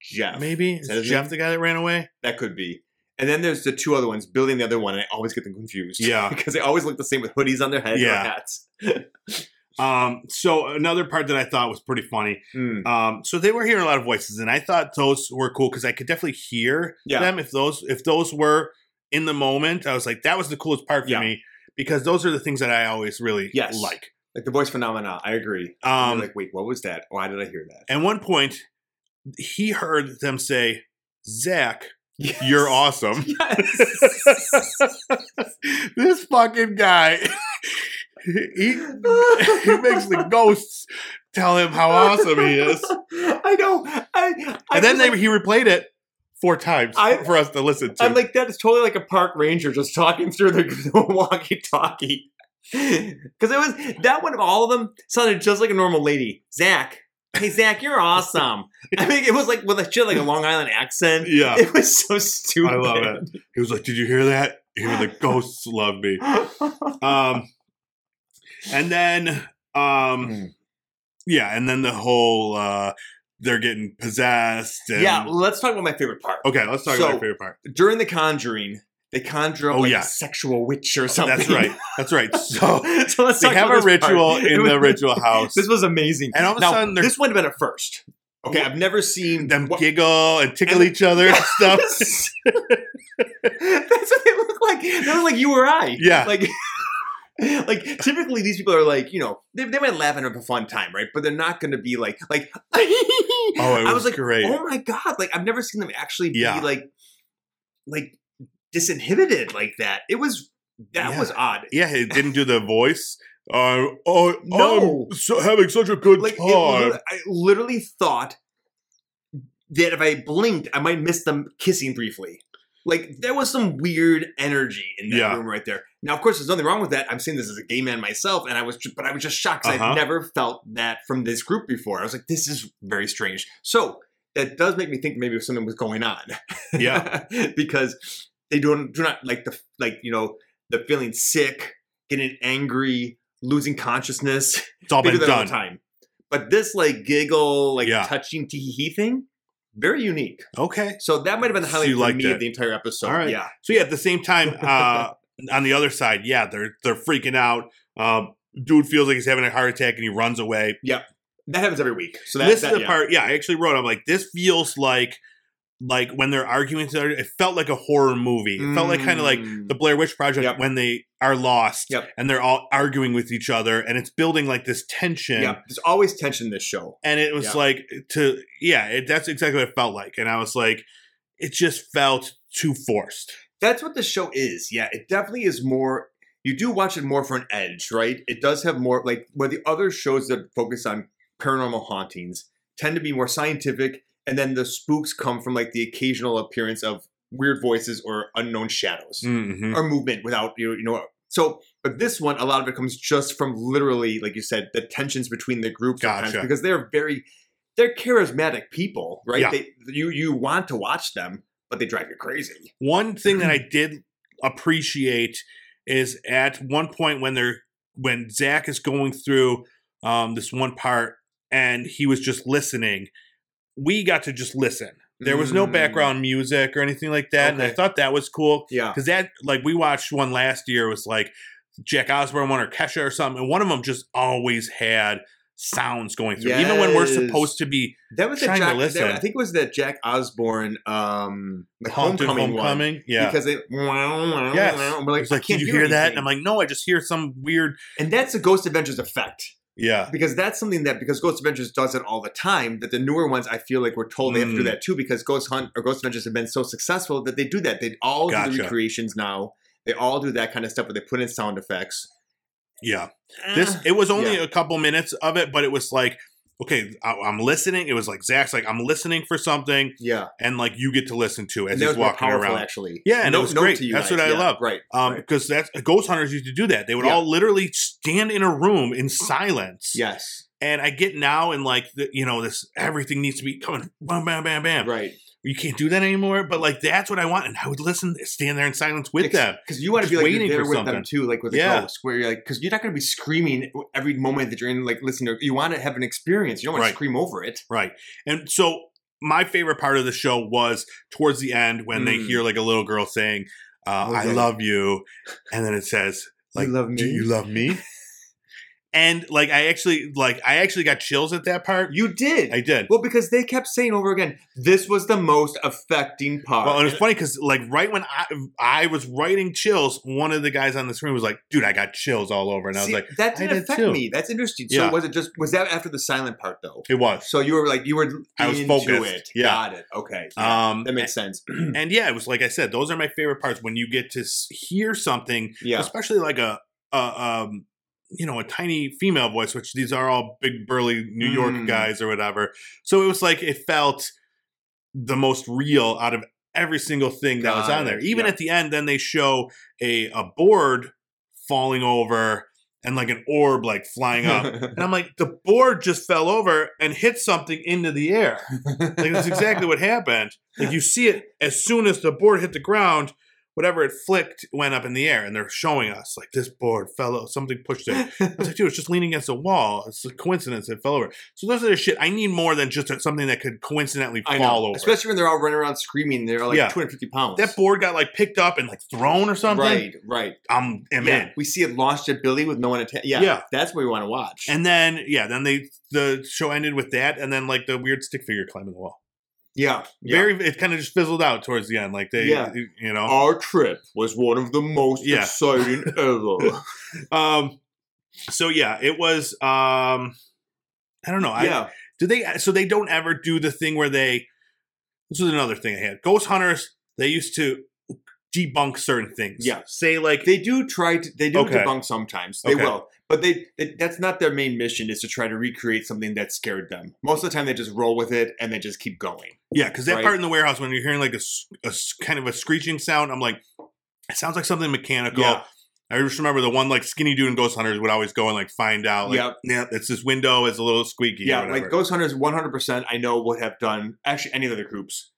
Speaker 2: Jeff,
Speaker 1: maybe
Speaker 2: that
Speaker 1: is
Speaker 2: his
Speaker 1: Jeff
Speaker 2: name?
Speaker 1: the guy that ran
Speaker 2: <laughs>
Speaker 1: away.
Speaker 2: that could be. And then there's the two other ones, Billy and the other one. And I always get them confused.
Speaker 1: Yeah.
Speaker 2: <laughs> because they always look the same with hoodies on their heads
Speaker 1: Yeah.
Speaker 2: or hats.
Speaker 1: Um. So another part that I thought was pretty funny.
Speaker 2: Mm.
Speaker 1: Um. So they were hearing a lot of voices, and I thought those were cool because I could definitely hear
Speaker 2: Yeah.
Speaker 1: them if those if those were in the moment. I was like, that was the coolest part for
Speaker 2: Yeah.
Speaker 1: me because those are the things that I always really
Speaker 2: Yes.
Speaker 1: like.
Speaker 2: Like the voice phenomena. I agree. You're
Speaker 1: Um.
Speaker 2: like, wait, what was that? Why did I hear that?
Speaker 1: At one point, he heard them say, "Zach,
Speaker 2: <laughs> Yes.
Speaker 1: you're awesome." <laughs>
Speaker 2: <laughs> Yes.
Speaker 1: this fucking guy, <laughs> he, he makes
Speaker 2: <laughs>
Speaker 1: the ghosts tell him how awesome he is.
Speaker 2: I know. I, I
Speaker 1: And then
Speaker 2: was
Speaker 1: they,
Speaker 2: like-
Speaker 1: he replayed it four times
Speaker 2: I-
Speaker 1: for us to listen to.
Speaker 2: I'm like, that is totally like a park ranger just talking through the <laughs> walkie-talkie. Because it was that one of all of them sounded just like a normal lady. Zach, hey Zach, you're awesome. I mean, it was like with a shit like a Long Island accent.
Speaker 1: yeah,
Speaker 2: It was so stupid.
Speaker 1: I love it. He was like, "Did you hear that?" He was like, "Ghosts love me."
Speaker 2: <laughs> it.
Speaker 1: Um, and then, um, yeah, and then the whole uh, they're getting possessed. And,
Speaker 2: yeah, let's talk about my favorite part.
Speaker 1: Okay, let's talk about
Speaker 2: So-
Speaker 1: my favorite part.
Speaker 2: During the Conjuring, they conjure up
Speaker 1: Oh,
Speaker 2: like
Speaker 1: yeah.
Speaker 2: a sexual witch or something. <laughs>
Speaker 1: That's right. That's right. So
Speaker 2: so let's
Speaker 1: they
Speaker 2: talk
Speaker 1: have
Speaker 2: about
Speaker 1: a
Speaker 2: this part. <laughs>
Speaker 1: ritual
Speaker 2: It
Speaker 1: in
Speaker 2: was-
Speaker 1: the ritual house.
Speaker 2: This was amazing.
Speaker 1: And all of a
Speaker 2: now,
Speaker 1: sudden they're-
Speaker 2: this would have been a first. Okay, I've never seen
Speaker 1: them
Speaker 2: what-
Speaker 1: giggle and tickle
Speaker 2: And-
Speaker 1: each other and stuff.
Speaker 2: <laughs> That's what they look like. They look like you or I.
Speaker 1: Yeah.
Speaker 2: Like, <laughs> like typically these people are like, you know, they, they might laugh and have a fun time, right? But they're not going to be like,
Speaker 1: <laughs>
Speaker 2: like. oh,
Speaker 1: Oh, it was,
Speaker 2: I was like,
Speaker 1: great.
Speaker 2: oh my god! Like I've never seen them actually be
Speaker 1: Yeah.
Speaker 2: like, like disinhibited like that. It was that
Speaker 1: Yeah.
Speaker 2: was odd.
Speaker 1: yeah, it didn't do the voice. Uh, oh,
Speaker 2: No.
Speaker 1: I'm so, having such a good
Speaker 2: like it,
Speaker 1: time.
Speaker 2: lit- I literally thought that if I blinked, I might miss them kissing briefly. Like there was some weird energy in that
Speaker 1: Yeah.
Speaker 2: room right there. Now, of course, there's nothing wrong with that. I'm saying this as a gay man myself, and I was, ju- but I was just shocked 'cause
Speaker 1: Uh-huh.
Speaker 2: I've never felt that from this group before. I was like, this is very strange. So that does make me think maybe something was going on.
Speaker 1: <laughs> yeah,
Speaker 2: <laughs> because they don't do not like the like you know the feeling sick, getting angry, losing consciousness.
Speaker 1: it's all
Speaker 2: They do
Speaker 1: been
Speaker 2: that all the
Speaker 1: done.
Speaker 2: time. But this like giggle, like
Speaker 1: Yeah.
Speaker 2: touching tee hee hee thing, very unique.
Speaker 1: Okay.
Speaker 2: So that might have been the
Speaker 1: So
Speaker 2: highlight
Speaker 1: you
Speaker 2: for
Speaker 1: liked
Speaker 2: me
Speaker 1: it.
Speaker 2: of the entire episode.
Speaker 1: All right.
Speaker 2: Yeah.
Speaker 1: So yeah, at the same <laughs> time, uh, on the other side, yeah, they're they're freaking out. Um, dude feels like he's having a heart attack and he runs away.
Speaker 2: That happens every week. So that,
Speaker 1: this
Speaker 2: that-
Speaker 1: is the
Speaker 2: yeah.
Speaker 1: part. Yeah, I actually wrote. I'm like, this feels like like when they're arguing. to other- It felt like a horror movie. It felt like kind of like
Speaker 2: Mm.
Speaker 1: the Blair Witch Project
Speaker 2: Yep.
Speaker 1: when they are lost
Speaker 2: Yep.
Speaker 1: and they're all arguing with each other and it's building like this tension.
Speaker 2: Yeah. There's always tension in this show.
Speaker 1: And it was
Speaker 2: Yeah.
Speaker 1: like to yeah, it, that's exactly what it felt like. And I was like, it just felt too forced.
Speaker 2: That's what the show is. Yeah. It definitely is more you do watch it more for an edge, right? It does have more like where the other shows that focus on paranormal hauntings tend to be more scientific and then the spooks come from like the occasional appearance of weird voices or unknown shadows.
Speaker 1: Mm-hmm.
Speaker 2: or movement without you know, you know so but this one a lot of it comes just from literally like you said the tensions between the groups sometimes
Speaker 1: Gotcha.
Speaker 2: because they're very they're charismatic people, right?
Speaker 1: Yeah.
Speaker 2: They, you you want to watch them, but they drive you crazy.
Speaker 1: One thing
Speaker 2: <clears throat>
Speaker 1: that I did appreciate is at one point when they're when Zach is going through um, this one part and he was just listening, we got to just listen. There was no
Speaker 2: Mm.
Speaker 1: background music or anything like that, and I
Speaker 2: Okay.
Speaker 1: thought that was cool
Speaker 2: Yeah.
Speaker 1: because that like we watched one last year it was like Jack Osborne one or Kesha or something, and one of them just always had sounds going through, even when we're
Speaker 2: Yes.
Speaker 1: supposed to be
Speaker 2: That was the
Speaker 1: Trying to
Speaker 2: Jack.
Speaker 1: listen.
Speaker 2: That, I think it was that Jack Osborne, um, the
Speaker 1: pumped and
Speaker 2: homecoming, one.
Speaker 1: homecoming. Yeah.
Speaker 2: Because they, yes.
Speaker 1: Yes.
Speaker 2: we're like,
Speaker 1: It's like,
Speaker 2: I can't
Speaker 1: did you hear, that? And I'm
Speaker 2: like,
Speaker 1: like, no, I just hear some weird.
Speaker 2: and that's the Ghost Adventures effect.
Speaker 1: Yeah.
Speaker 2: because that's something that because Ghost Adventures does it all the time. That the newer ones, I feel like we're told they have to do
Speaker 1: Mm.
Speaker 2: that too because Ghost Hunt or Ghost Adventures have been so successful that they do that. They all do
Speaker 1: Gotcha.
Speaker 2: the recreations now. They all do that kind of stuff, but they put in sound effects.
Speaker 1: Yeah. This,
Speaker 2: Ah.
Speaker 1: it was only
Speaker 2: Yeah.
Speaker 1: a couple minutes of it, but it was like, okay, I, I'm listening. It was like, Zach's like, I'm listening for something.
Speaker 2: yeah,
Speaker 1: And like, you get to listen to as
Speaker 2: that
Speaker 1: he's
Speaker 2: more
Speaker 1: walking around.
Speaker 2: actually.
Speaker 1: Yeah, and it
Speaker 2: Note-
Speaker 1: was
Speaker 2: note
Speaker 1: great.
Speaker 2: to you
Speaker 1: That's
Speaker 2: guys.
Speaker 1: what I
Speaker 2: Yeah,
Speaker 1: love.
Speaker 2: Right.
Speaker 1: Um,
Speaker 2: right.
Speaker 1: because that's ghost hunters used to do that. They would
Speaker 2: Yeah.
Speaker 1: all literally stand in a room in silence.
Speaker 2: Yes.
Speaker 1: And I get now, and like, the, you know, this everything needs to be coming, bam, bam, bam, bam.
Speaker 2: Right.
Speaker 1: You can't do that anymore. But like, that's what I want. And I would listen, stand there in silence with
Speaker 2: Ex-
Speaker 1: them.
Speaker 2: Because you want to
Speaker 1: Just
Speaker 2: be like you're
Speaker 1: waiting
Speaker 2: there
Speaker 1: for
Speaker 2: with
Speaker 1: something.
Speaker 2: them too, like with a
Speaker 1: Yeah.
Speaker 2: ghost, where you're like, because you're not going to be screaming every moment that you're in. Like, listen, to, you want to have an experience. You don't want
Speaker 1: Right.
Speaker 2: to scream over it.
Speaker 1: Right. And so my favorite part of the show was towards the end when they
Speaker 2: Mm.
Speaker 1: hear like a little girl saying, uh,
Speaker 2: Oh,
Speaker 1: I
Speaker 2: yeah.
Speaker 1: love you. And then it says, like,
Speaker 2: you love me.
Speaker 1: do you love me?
Speaker 2: <laughs>
Speaker 1: and like, I actually, like, I actually got chills at that part.
Speaker 2: you did.
Speaker 1: I did.
Speaker 2: Well, because they kept saying over again, this was the most affecting part.
Speaker 1: Well, and it's funny because like right when I I was writing chills, one of the guys on the screen was like, "Dude, I got chills all over," and I was
Speaker 2: See,
Speaker 1: like,
Speaker 2: that
Speaker 1: I
Speaker 2: didn't
Speaker 1: did
Speaker 2: affect
Speaker 1: too.
Speaker 2: me. That's interesting.
Speaker 1: Yeah.
Speaker 2: So was it just was that after the silent part though?
Speaker 1: "It was."
Speaker 2: So you were like you were
Speaker 1: I was
Speaker 2: into
Speaker 1: focused.
Speaker 2: it.
Speaker 1: Yeah.
Speaker 2: Got it. Okay. Yeah.
Speaker 1: Um, <clears throat>
Speaker 2: that makes sense.
Speaker 1: and yeah, it was like I said, those are my favorite parts when you get to s- hear something
Speaker 2: yeah.
Speaker 1: especially like a, a um you know a tiny female voice which these are all big burly new york
Speaker 2: Mm.
Speaker 1: guys or whatever so it was like it felt the most real out of every single thing that was
Speaker 2: Got
Speaker 1: on there
Speaker 2: it,
Speaker 1: even
Speaker 2: yeah.
Speaker 1: at the end then they show a a board falling over and like an orb like flying up and
Speaker 2: <laughs>
Speaker 1: i'm like the board just fell over and hit something into the air like that's exactly what happened. Like you see it as soon as the board hit the ground, whatever it flicked went up in the air, and they're showing us like this board fell. o- Something pushed it. I was like, dude, it's just leaning against a wall. It's a coincidence it fell over. So those are the shit I need more than just something that could coincidentally
Speaker 2: I
Speaker 1: fall
Speaker 2: know.
Speaker 1: over.
Speaker 2: Especially when they're all running around screaming, they're like
Speaker 1: Yeah.
Speaker 2: 250 pounds.
Speaker 1: that board got like picked up and like thrown or something.
Speaker 2: Right, right.
Speaker 1: I'm, I'm
Speaker 2: yeah.
Speaker 1: in.
Speaker 2: We see it launched at Billy with no one atta- yeah,
Speaker 1: Yeah.
Speaker 2: That's what we want to watch.
Speaker 1: And then yeah, then they the show ended with that, and then like the weird stick figure climbing the wall.
Speaker 2: yeah. yeah.
Speaker 1: Very, it kind of just fizzled out towards the end. Like they,
Speaker 2: Yeah. Um,
Speaker 1: you know,
Speaker 2: Our trip was one of the most
Speaker 1: Yeah. <laughs>
Speaker 2: exciting ever.
Speaker 1: Um, so yeah, it was. Um, I don't know. I,
Speaker 2: yeah.
Speaker 1: Do they? So they don't ever do the thing where they. This was another thing I had. Ghost hunters. They used to debunk certain things.
Speaker 2: Yeah.
Speaker 1: Say like.
Speaker 2: They do try to. They do
Speaker 1: Okay.
Speaker 2: debunk sometimes. They
Speaker 1: Okay.
Speaker 2: will, but they, they that's not their main mission. Is to try to recreate something that scared them. Most of the time, they just roll with it and they just keep going.
Speaker 1: yeah, because that
Speaker 2: Right.
Speaker 1: part in the warehouse when you're hearing like a, s- a s- kind of a screeching sound, I'm like, it sounds like something mechanical.
Speaker 2: Yeah.
Speaker 1: I just remember the one like skinny dude in Ghost Hunters would always go and like find out like
Speaker 2: Yep.
Speaker 1: yeah it's this window is a little squeaky
Speaker 2: Yeah,
Speaker 1: or whatever.
Speaker 2: like Ghost Hunters, one hundred percent. I know would have done actually any of the groups,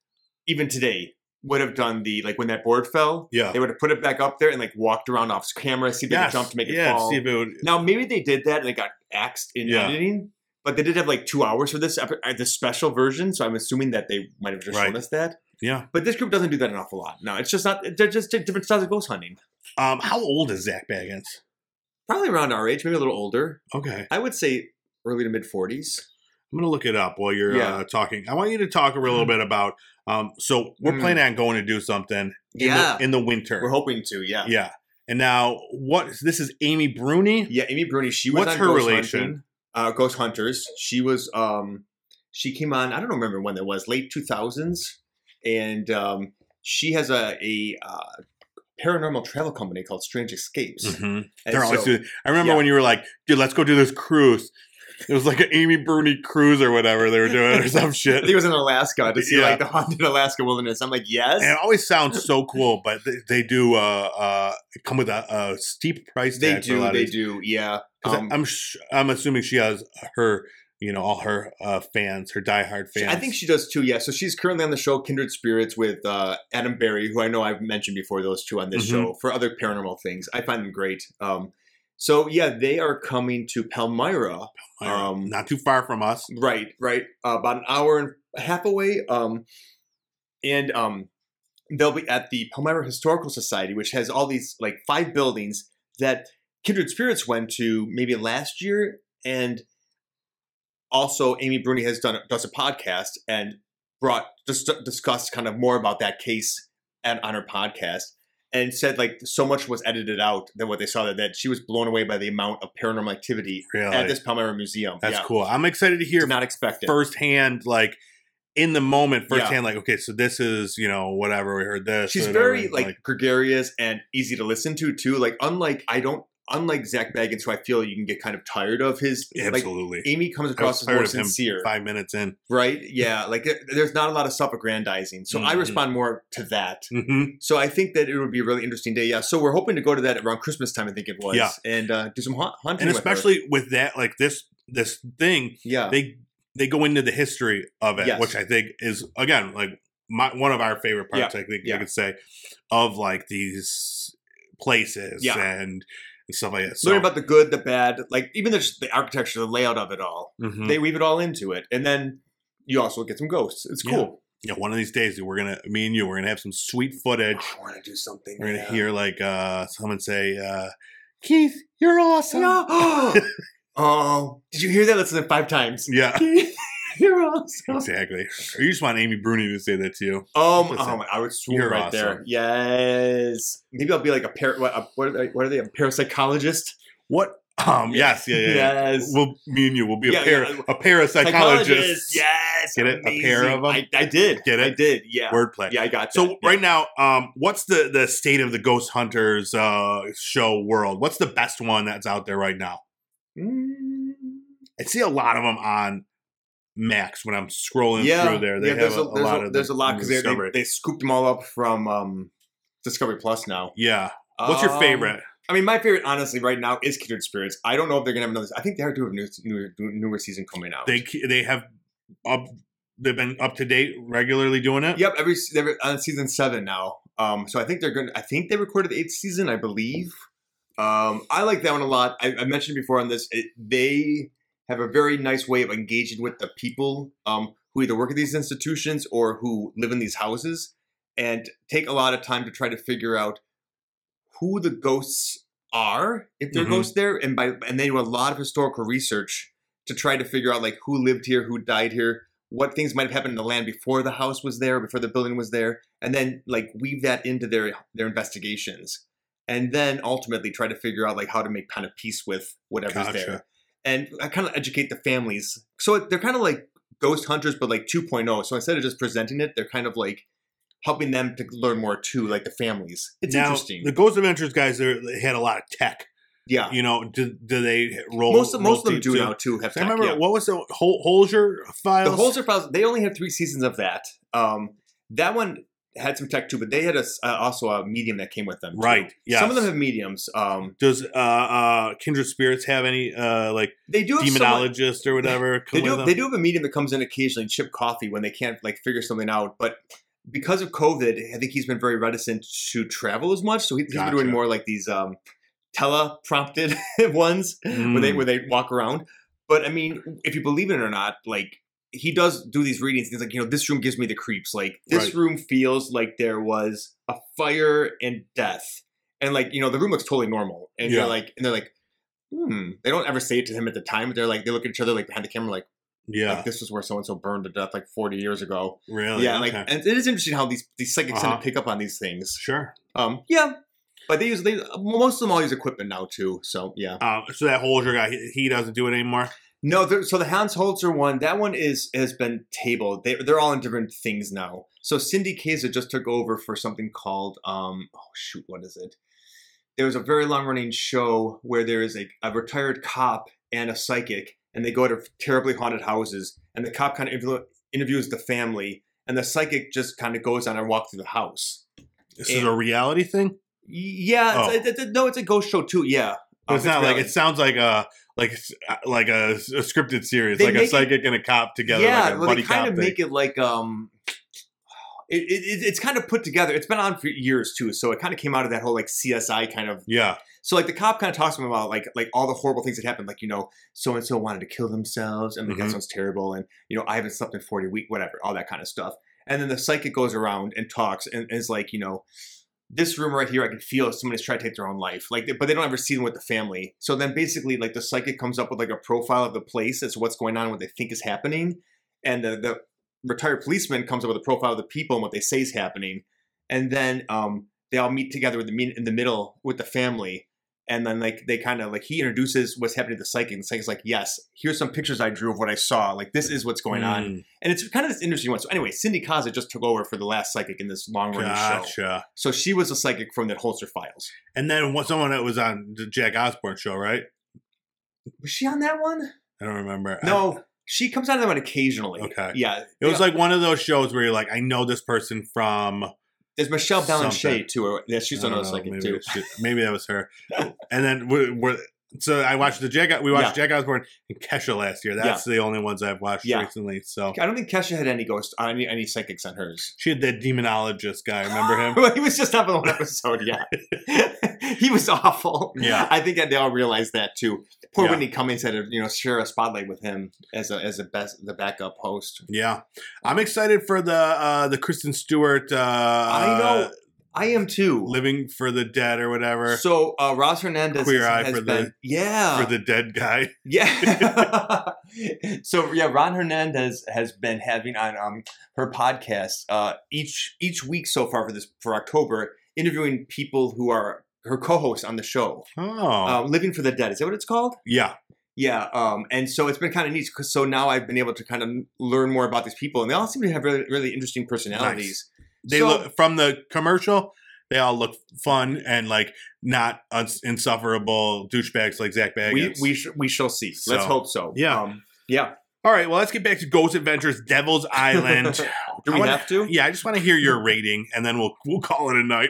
Speaker 2: even today, would have done the like when that board fell.
Speaker 1: yeah
Speaker 2: They would have put it back up there and like walked around off camera, see if they
Speaker 1: Yes.
Speaker 2: could jump to make it
Speaker 1: yeah
Speaker 2: fall.
Speaker 1: see if it would
Speaker 2: Now maybe they did that and it got axed in
Speaker 1: Yeah.
Speaker 2: editing, but they did have like two hours for this epi- uh, this special version. So I'm assuming that they might have just
Speaker 1: Right.
Speaker 2: shown us that.
Speaker 1: Yeah.
Speaker 2: but this group doesn't do that an awful lot. No, it's just not. They're just different styles of ghost hunting.
Speaker 1: um how old is Zach Baggins
Speaker 2: Probably around our age, maybe a little older.
Speaker 1: okay
Speaker 2: I would say early to mid 40s.
Speaker 1: I'm gonna look it up while you're
Speaker 2: Yeah. Mm-hmm.
Speaker 1: uh, talking. I want you to talk a little bit about. Um, so we're
Speaker 2: Mm.
Speaker 1: planning on going to do something. In the, in the winter.
Speaker 2: we're hoping to. Yeah, yeah.
Speaker 1: yeah. And now what? This is Amy Bruni.
Speaker 2: Amy Bruni. She was
Speaker 1: What's
Speaker 2: on
Speaker 1: her
Speaker 2: Ghost
Speaker 1: relation?
Speaker 2: Hunting, uh, Ghost Hunters. She was. um She came on. I don't remember when that was. Late 2000s, and um she has a a. Uh, Paranormal travel company called Strange Escapes.
Speaker 1: Mhm.
Speaker 2: And
Speaker 1: They're always
Speaker 2: so-
Speaker 1: doing. I remember
Speaker 2: yeah.
Speaker 1: when you were like, "Dude, let's go do this cruise." It was like an Amy Bruni cruise or whatever
Speaker 2: <laughs>
Speaker 1: they were doing or some
Speaker 2: I
Speaker 1: shit.
Speaker 2: think it was in Alaska to see
Speaker 1: Yeah.
Speaker 2: like the <laughs> haunted Alaska wilderness. I'm like, yes.
Speaker 1: And it always
Speaker 2: <laughs>
Speaker 1: sounds so cool, but they, they do uh, uh, come with a, a steep price
Speaker 2: they
Speaker 1: tag. for a
Speaker 2: do,
Speaker 1: lot
Speaker 2: they
Speaker 1: of these.
Speaker 2: do, yeah.
Speaker 1: 'Cause
Speaker 2: Um,
Speaker 1: I'm sh- I'm assuming she has her you know all her uh, fans, her diehard
Speaker 2: She-
Speaker 1: fans.
Speaker 2: I think she does too. Yeah. So she's currently on the show Kindred Spirits with uh, Adam Berry, who I know I've mentioned before. Those two on this
Speaker 1: Mhm.
Speaker 2: show for other paranormal things. I find them great. Um, so yeah, they are coming to Palmyra. um,
Speaker 1: not too far from us.
Speaker 2: Right. Right. Uh, about an hour and a half away. Um, and um, they'll be at the Palmyra Historical Society, which has all these like five buildings that Kindred Spirits went to maybe last year, and also Amy Bruni has done does a podcast and brought just discussed kind of more about that case and on her podcast and said like so much was edited out than what they saw that, that she was blown away by the amount of paranormal activity
Speaker 1: Really,
Speaker 2: at this Palmyra Museum.
Speaker 1: that's
Speaker 2: yeah.
Speaker 1: cool. I'm excited to hear
Speaker 2: Did not expect it.
Speaker 1: firsthand, like in the moment,
Speaker 2: Yeah.
Speaker 1: firsthand, like okay, so this is you know whatever we heard this.
Speaker 2: She's
Speaker 1: whatever,
Speaker 2: very like, gregarious and easy to listen to too. Like unlike I don't unlike Zach Baggins, who I feel you can get kind of tired of his. Like
Speaker 1: absolutely.
Speaker 2: Amy
Speaker 1: I
Speaker 2: comes
Speaker 1: was
Speaker 2: across as
Speaker 1: tired
Speaker 2: more
Speaker 1: of him
Speaker 2: sincere,
Speaker 1: five minutes in.
Speaker 2: right? Yeah, like there- there's not a lot of self-aggrandizing, so I
Speaker 1: Mhm.
Speaker 2: respond more to that.
Speaker 1: hmm
Speaker 2: So I think that it would be a really interesting day. Yeah, so we're hoping to go to that around Christmas time. I think it was.
Speaker 1: Yeah.
Speaker 2: and uh, do some hunt- hunting,
Speaker 1: and
Speaker 2: with her.
Speaker 1: especially with that like this this thing
Speaker 2: yeah,
Speaker 1: they they go into the history of it
Speaker 2: Yes.
Speaker 1: which i think is again like my one of our favorite parts i think
Speaker 2: yeah.
Speaker 1: you could say of like these places
Speaker 2: Yeah.
Speaker 1: and stuff like that so
Speaker 2: learn about the good, the bad, like even just the architecture, the layout of it all.
Speaker 1: mhm.
Speaker 2: They weave it all into it, and then you also get some ghosts. It's
Speaker 1: Yeah.
Speaker 2: cool.
Speaker 1: yeah one of these days we're gonna me and you we're gonna have some sweet footage
Speaker 2: I want to do something.
Speaker 1: we're gonna
Speaker 2: yeah.
Speaker 1: hear like uh someone say uh keith you're awesome yeah,
Speaker 2: <laughs> Yeah. oh, did you hear that? Listen to five times. <laughs> You're awesome.
Speaker 1: exactly or you just want amy bruni to say that to you
Speaker 2: Um,
Speaker 1: Listen,
Speaker 2: oh my- I would swoon
Speaker 1: you're
Speaker 2: right there. Yes. Maybe I'll be like a par. What, a, what, are, they, what are they? A parapsychologist?
Speaker 1: what um yes yeah yeah, yeah.
Speaker 2: <laughs> Yes.
Speaker 1: We'll me and you will be a
Speaker 2: Yeah,
Speaker 1: pair
Speaker 2: yeah.
Speaker 1: a pair of psychologists.
Speaker 2: Yes.
Speaker 1: Get it? A pair of 'em?
Speaker 2: I, I did.
Speaker 1: Get
Speaker 2: I
Speaker 1: it?
Speaker 2: did. Yeah.
Speaker 1: Wordplay.
Speaker 2: Yeah, I got.
Speaker 1: So
Speaker 2: that.
Speaker 1: right now, um, what's the the state of the Ghost Hunters uh, show world? What's the best one that's out there right now?
Speaker 2: Yeah. Mm.
Speaker 1: I see a lot of them on Max when I'm scrolling
Speaker 2: yeah,
Speaker 1: through there. They
Speaker 2: yeah,
Speaker 1: have
Speaker 2: there's
Speaker 1: a,
Speaker 2: a,
Speaker 1: a
Speaker 2: there's
Speaker 1: lot
Speaker 2: a,
Speaker 1: of
Speaker 2: there's a lot because they,
Speaker 1: Discovery.
Speaker 2: they scooped them all up from um, Discovery Plus now.
Speaker 1: yeah. What's your
Speaker 2: Um,
Speaker 1: favorite?
Speaker 2: I mean, my favorite, honestly, right now is Kindred Spirits. I don't know if they're gonna have another. I think they are doing a new, new, newer season coming out.
Speaker 1: They they have up. They've been up to date regularly doing it.
Speaker 2: yep, every se- they're on season seven now. Um, so I think they're gonna. I think they recorded the eighth season, I believe. Um, I like that one a lot. I, I mentioned before on this, it, they have a very nice way of engaging with the people um, who either work at these institutions or who live in these houses, and take a lot of time to try to figure out who the ghosts are, if they're
Speaker 1: Mhm.
Speaker 2: ghosts there, and by and they do a lot of historical research to try to figure out like who lived here, who died here, what things might have happened in the land before the house was there, before the building was there, and then like weave that into their their investigations, and then ultimately try to figure out like how to make kind of peace with whatever's there,
Speaker 1: Gotcha.
Speaker 2: and I kind of educate the families. So it- they're kind of like ghost hunters, but like 2.0. So instead of just presenting it, they're kind of like helping them to learn more too, like the families. It's
Speaker 1: now,
Speaker 2: interesting.
Speaker 1: The Ghost Adventures guys they're- they had a lot of tech.
Speaker 2: yeah.
Speaker 1: You know, do, do they roll?
Speaker 2: most of, most
Speaker 1: roll
Speaker 2: of them
Speaker 1: deep
Speaker 2: do
Speaker 1: to-
Speaker 2: now too. Have
Speaker 1: So I
Speaker 2: tech,
Speaker 1: remember
Speaker 2: yeah.
Speaker 1: what was the Hol- Holzer files?
Speaker 2: the Holzer Files. They only had three seasons of that. Um, that one had some tech too, but they had a s uh, also a medium that came with them. too.
Speaker 1: right? Yeah.
Speaker 2: Some of them have mediums. Um,
Speaker 1: Does uh, uh, Kindred Spirits have any uh, like
Speaker 2: they do have somewhat-
Speaker 1: demonologist or whatever? come
Speaker 2: They
Speaker 1: with
Speaker 2: do,
Speaker 1: them?
Speaker 2: they do have a medium that comes in occasionally and chip coffee when they can't like figure something out. But because of COVID, I think he's been very reticent to travel as much. So he, he's been doing
Speaker 1: Gotcha.
Speaker 2: more like these um, teleprompted <laughs> ones where they
Speaker 1: Mm.
Speaker 2: where they walk around. But I mean, if you believe it or not, like he does do these readings. He's like, you know, this room gives me the creeps. Like this
Speaker 1: Right.
Speaker 2: room feels like there was a fire and death, and like you know, the room looks totally normal. And
Speaker 1: Yeah.
Speaker 2: you're like, and they're like. Hmm. They don't ever say it to him at the time, but they're like they look at each other like behind the camera, like
Speaker 1: Yeah,
Speaker 2: like this is where so and so burned to death like 40 years ago.
Speaker 1: really.
Speaker 2: yeah,
Speaker 1: okay.
Speaker 2: like and it is interesting how these these psychics tend
Speaker 1: Uh-huh.
Speaker 2: to pick up on these things.
Speaker 1: sure.
Speaker 2: Um, yeah, but they use they most of them all use equipment now too. So yeah,
Speaker 1: Uh, so that Holzer guy, he, he doesn't do it anymore.
Speaker 2: no. there- So the Hans Holzer one, that one is has been tabled. They they're all in different things now. So Cindy Kaza just took over for something called um oh shoot what is it? There was a very long running show where there is a, a retired cop and a psychic, and they go to terribly haunted houses, and the cop kind of influ- interviews the family, and the psychic just kind of goes on a walk through the house.
Speaker 1: This is
Speaker 2: And-
Speaker 1: a reality thing.
Speaker 2: Yeah, Oh. it's, it's, it's, no, it's a ghost show too. Yeah,
Speaker 1: But it's not like it sounds like a like uh, like a, a scripted series,
Speaker 2: They
Speaker 1: like
Speaker 2: make
Speaker 1: a
Speaker 2: it-
Speaker 1: psychic and a cop together,
Speaker 2: yeah,
Speaker 1: like a
Speaker 2: well,
Speaker 1: buddy
Speaker 2: they kind
Speaker 1: cop
Speaker 2: of
Speaker 1: thing.
Speaker 2: make it like um, <sighs> it, it, it's kind of put together. It's been on for years too, so it kind of came out of that whole like CSI kind of.
Speaker 1: yeah,
Speaker 2: So like the cop kind of talks to him about like like all the horrible things that happened, like you know so and so wanted to kill themselves, and like that
Speaker 1: Mhm.
Speaker 2: sounds terrible, and you know I haven't slept in forty weeks, whatever, all that kind of stuff. And then the psychic goes around and talks and is like, you know, this room right here, I can feel somebody's trying to take their own life. Like, they- but they don't ever see them with the family. So then basically, like the psychic comes up with like a profile of the place as to what's going on, what they think is happening, and the, the retired policeman comes up with a profile of the people and what they say is happening, and then um, they all meet together with the mean in the middle with the family. And then, like, they kind of like he introduces what's happening to the psychic. And the psychic's like, "Yes, here's some pictures I drew of what I saw. Like, this is what's going on."
Speaker 1: Mm,
Speaker 2: And it's kind of this interesting one. So anyway, Cindy Kaza just took over for the last psychic in this long running show.
Speaker 1: Gotcha.
Speaker 2: So she was a psychic from that Holster Files.
Speaker 1: And then what- someone that was on the Jack Osborne show, right?
Speaker 2: Was she on that one?
Speaker 1: I don't remember. I-
Speaker 2: No, she comes on that one occasionally.
Speaker 1: Okay.
Speaker 2: Yeah.
Speaker 1: it was like one of those shows where you're like, I know this person from.
Speaker 2: there's Michelle Ballanche
Speaker 1: something.
Speaker 2: too. Or, yeah, she's
Speaker 1: I
Speaker 2: on
Speaker 1: don't
Speaker 2: a
Speaker 1: know,
Speaker 2: psychic
Speaker 1: maybe
Speaker 2: too.
Speaker 1: that she- maybe that was her. and then we we're, so I watched the Jack. We watched Jack Osborne and Kesha last year. That's the only ones I've watched
Speaker 2: Yeah.
Speaker 1: recently. So
Speaker 2: I don't think Kesha had any ghost, uh, any any psychics on hers.
Speaker 1: she had that demonologist guy. Remember <laughs>
Speaker 2: <gasps>
Speaker 1: him?
Speaker 2: Well, he was just up in one episode. Yeah, <laughs> he was awful.
Speaker 1: Yeah.
Speaker 2: I think that they all realized that too. Poor
Speaker 1: Yeah.
Speaker 2: Whitney Cummings had to you know share a spotlight with him as a as a best the backup host.
Speaker 1: yeah, I'm excited for the uh the Kristen Stewart. Uh,
Speaker 2: I know. I am too.
Speaker 1: Living for the Dead or whatever
Speaker 2: So uh, Ross Hernandez
Speaker 1: Queer Eye
Speaker 2: has
Speaker 1: for the-
Speaker 2: been, yeah,
Speaker 1: for the dead guy. <laughs>
Speaker 2: yeah. <laughs> so yeah, Ron Hernandez has been having on um, her podcast uh, each each week so far for this for October, interviewing people who are her co-hosts on the show.
Speaker 1: Oh,
Speaker 2: Uh, Living for the Dead is that what it's called?
Speaker 1: yeah,
Speaker 2: Yeah, um, and so it's been kind of neat. 'cause- so now I've been able to kind of learn more about these people, and they all seem to have really, really interesting personalities.
Speaker 1: they
Speaker 2: So-
Speaker 1: look from the commercial. They all look fun and like not uns- insufferable douchebags like Zach
Speaker 2: We
Speaker 1: Baggins.
Speaker 2: we sh- we shall see. Let's
Speaker 1: So,
Speaker 2: hope so.
Speaker 1: yeah.
Speaker 2: um, yeah.
Speaker 1: all right, well, let's get back to Ghost Adventures, Devil's Island.
Speaker 2: <laughs> Do
Speaker 1: I
Speaker 2: we
Speaker 1: wanna-
Speaker 2: have to?
Speaker 1: yeah, I just want to hear your rating, and then we'll we'll call it a night.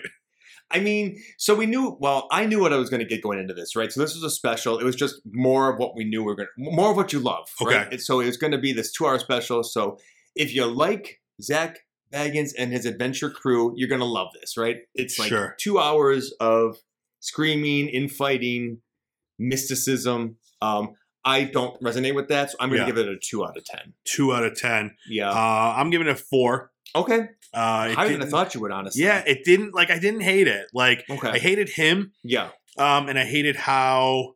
Speaker 2: I mean, so we knew. Well, I knew what I was going to get going into this, right? So this was a special. It was just more of what we knew we are going to, more of what you love. Right?
Speaker 1: Okay.
Speaker 2: And so it was going to be this two-hour special. So if you like Zach Baggins and his adventure crew, you're going to love this, right? It's like
Speaker 1: Sure.
Speaker 2: two hours of screaming, infighting, mysticism. Um, I don't resonate with that, so I'm going to
Speaker 1: Yeah.
Speaker 2: give it a two out of ten.
Speaker 1: Two out of ten.
Speaker 2: Yeah.
Speaker 1: Uh, I'm giving it a four.
Speaker 2: okay.
Speaker 1: Uh, it
Speaker 2: Higher than I
Speaker 1: didn't-
Speaker 2: thought you would, honestly.
Speaker 1: Yeah, it didn't like I didn't hate it. Like I
Speaker 2: Okay.
Speaker 1: hated him.
Speaker 2: Yeah.
Speaker 1: um, and I hated how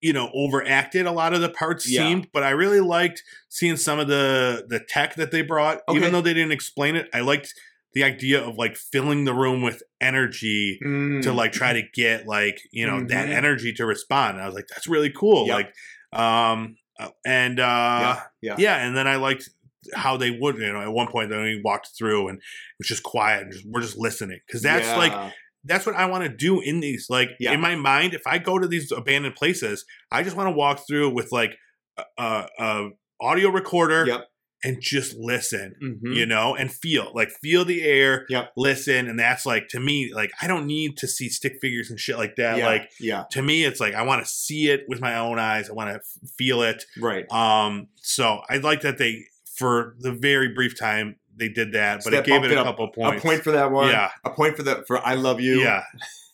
Speaker 1: you know overacted a lot of the parts
Speaker 2: Yeah.
Speaker 1: seemed. But I really liked seeing some of the the tech that they brought,
Speaker 2: Okay.
Speaker 1: even though they didn't explain it. I liked the idea of like filling the room with energy to
Speaker 2: Mm.
Speaker 1: like try to get like you know that
Speaker 2: Mhm.
Speaker 1: energy to respond. And I was like, that's really cool.
Speaker 2: Yeah.
Speaker 1: Like, um, uh, and uh,
Speaker 2: Yeah.
Speaker 1: yeah.
Speaker 2: Yeah.
Speaker 1: and then I liked. How they would, you know, at one point then we walked through and it was just quiet and just, we're just listening because that's like
Speaker 2: Yeah.
Speaker 1: that's what I want to do in these. Like
Speaker 2: Yeah.
Speaker 1: in my mind, if I go to these abandoned places, I just want to walk through with like a, a, a audio recorder
Speaker 2: Yep.
Speaker 1: and just listen,
Speaker 2: Mhm.
Speaker 1: you know, and feel like feel the air,
Speaker 2: Yep.
Speaker 1: listen, and that's like to me, like I don't need to see stick figures and shit like that.
Speaker 2: yeah,
Speaker 1: Like
Speaker 2: yeah,
Speaker 1: to me, it's like I want to see it with my own eyes. I want to f- feel it.
Speaker 2: right.
Speaker 1: Um, so I like that they for the very brief time they did that, but
Speaker 2: Step
Speaker 1: it gave
Speaker 2: up
Speaker 1: it a
Speaker 2: it up.
Speaker 1: couple
Speaker 2: A
Speaker 1: points.
Speaker 2: point for that one.
Speaker 1: yeah.
Speaker 2: A point for the for I love you.
Speaker 1: Yeah,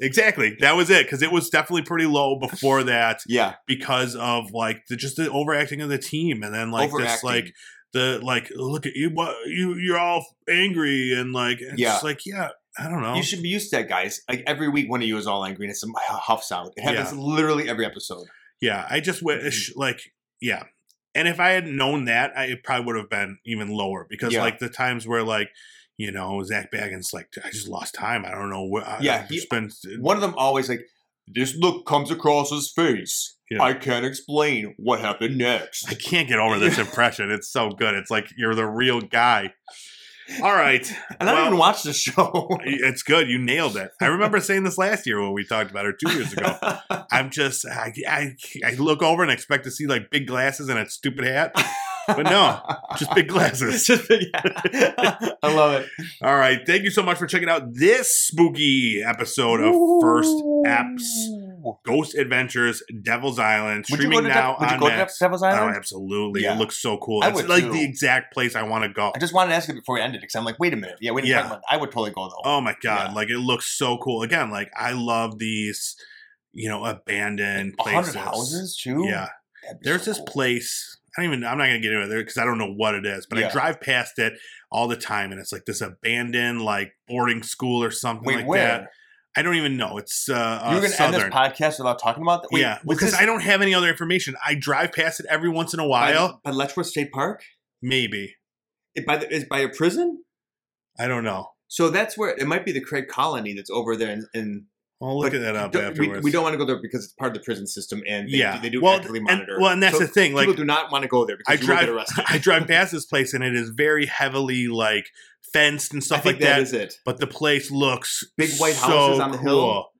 Speaker 1: exactly. That was it because it was definitely pretty low
Speaker 2: <laughs>
Speaker 1: before that
Speaker 2: Yeah.
Speaker 1: because of like the, just the overacting of the team, and then like this
Speaker 2: Overacting.
Speaker 1: like the like look at you, what you you're all angry and like it's
Speaker 2: Yeah.
Speaker 1: just like yeah, I don't know.
Speaker 2: You should be used to that, guys. Like every week, one of you is all angry and it's some huffs out. It happens literally every episode.
Speaker 1: yeah, I just wish
Speaker 2: Mm-hmm.
Speaker 1: like yeah. And if I had known that, I, it probably would have been even lower because
Speaker 2: Yeah.
Speaker 1: like the times where like. You know, Zach Baggins, like, I just lost time. I don't know what. I-
Speaker 2: Yeah,
Speaker 1: I've
Speaker 2: he-
Speaker 1: just
Speaker 2: <laughs>
Speaker 1: been,
Speaker 2: One of them always like, this look comes across his face.
Speaker 1: Yeah.
Speaker 2: I can't explain what happened
Speaker 1: <laughs>
Speaker 2: next.
Speaker 1: I can't get over this impression. It's so good. It's like you're the real guy. All
Speaker 2: <laughs>
Speaker 1: right.
Speaker 2: And I don't
Speaker 1: well-
Speaker 2: even watch the show.
Speaker 1: It's good. You nailed it. I remember saying this last year when we talked about her two years ago.
Speaker 2: <laughs>
Speaker 1: I'm just, I, I, I look over and expect to see like big glasses and a stupid hat. But no, Just big
Speaker 2: <laughs>
Speaker 1: glasses.
Speaker 2: Just big- <laughs> I love it.
Speaker 1: All right. Thank you so much for checking out this spooky episode of First Apps.
Speaker 2: Ooh.
Speaker 1: Ghost Adventures, Devil's Island,
Speaker 2: Would you
Speaker 1: streaming
Speaker 2: go to
Speaker 1: now
Speaker 2: Dev- would you
Speaker 1: on
Speaker 2: go
Speaker 1: Max.
Speaker 2: to Devil's Island?
Speaker 1: Oh, absolutely!
Speaker 2: Yeah.
Speaker 1: It looks so cool.
Speaker 2: I
Speaker 1: It's
Speaker 2: would
Speaker 1: like
Speaker 2: too.
Speaker 1: the exact place I want to go.
Speaker 2: I just wanted to ask you before we ended because I'm like, wait a minute. Yeah, wait a
Speaker 1: Yeah.
Speaker 2: minute. I would totally go though.
Speaker 1: Oh my god!
Speaker 2: Yeah.
Speaker 1: Like it looks so cool. Again, like I love these, you know, abandoned
Speaker 2: A
Speaker 1: places.
Speaker 2: hundred houses too.
Speaker 1: Yeah,
Speaker 2: That'd be
Speaker 1: there's
Speaker 2: so
Speaker 1: this
Speaker 2: cool.
Speaker 1: place. I don't even. I'm not gonna get into it because I don't know what it is. But I
Speaker 2: Yeah.
Speaker 1: drive past it all the time, and it's like this abandoned like boarding school or something
Speaker 2: Wait,
Speaker 1: like
Speaker 2: where?
Speaker 1: that. I don't even know. It's uh, uh
Speaker 2: You're gonna
Speaker 1: southern.
Speaker 2: end this podcast without talking about that? Wait,
Speaker 1: yeah,
Speaker 2: was
Speaker 1: because
Speaker 2: this
Speaker 1: I don't have any other information. I drive past it every once in a
Speaker 2: by-
Speaker 1: while,
Speaker 2: by Letchworth State Park.
Speaker 1: maybe.
Speaker 2: It by the, is by a prison.
Speaker 1: I don't know.
Speaker 2: So that's where it might be the Craig Colony that's over there, and, and
Speaker 1: I'll look at
Speaker 2: But
Speaker 1: that up
Speaker 2: don't- we,
Speaker 1: afterwards.
Speaker 2: we don't want to go there because it's part of the prison system, and they,
Speaker 1: yeah,
Speaker 2: they do
Speaker 1: well,
Speaker 2: actively
Speaker 1: and-
Speaker 2: monitor.
Speaker 1: well, and that's
Speaker 2: So
Speaker 1: the thing. Like,
Speaker 2: people do not want to go there because
Speaker 1: I
Speaker 2: you will
Speaker 1: drive,
Speaker 2: get arrested.
Speaker 1: <laughs> I drive past this place, and it is very heavily like fenced and <laughs>
Speaker 2: I
Speaker 1: stuff
Speaker 2: think
Speaker 1: like that.
Speaker 2: that is it.
Speaker 1: but the place looks
Speaker 2: Big white
Speaker 1: so
Speaker 2: houses on the hill?
Speaker 1: cool.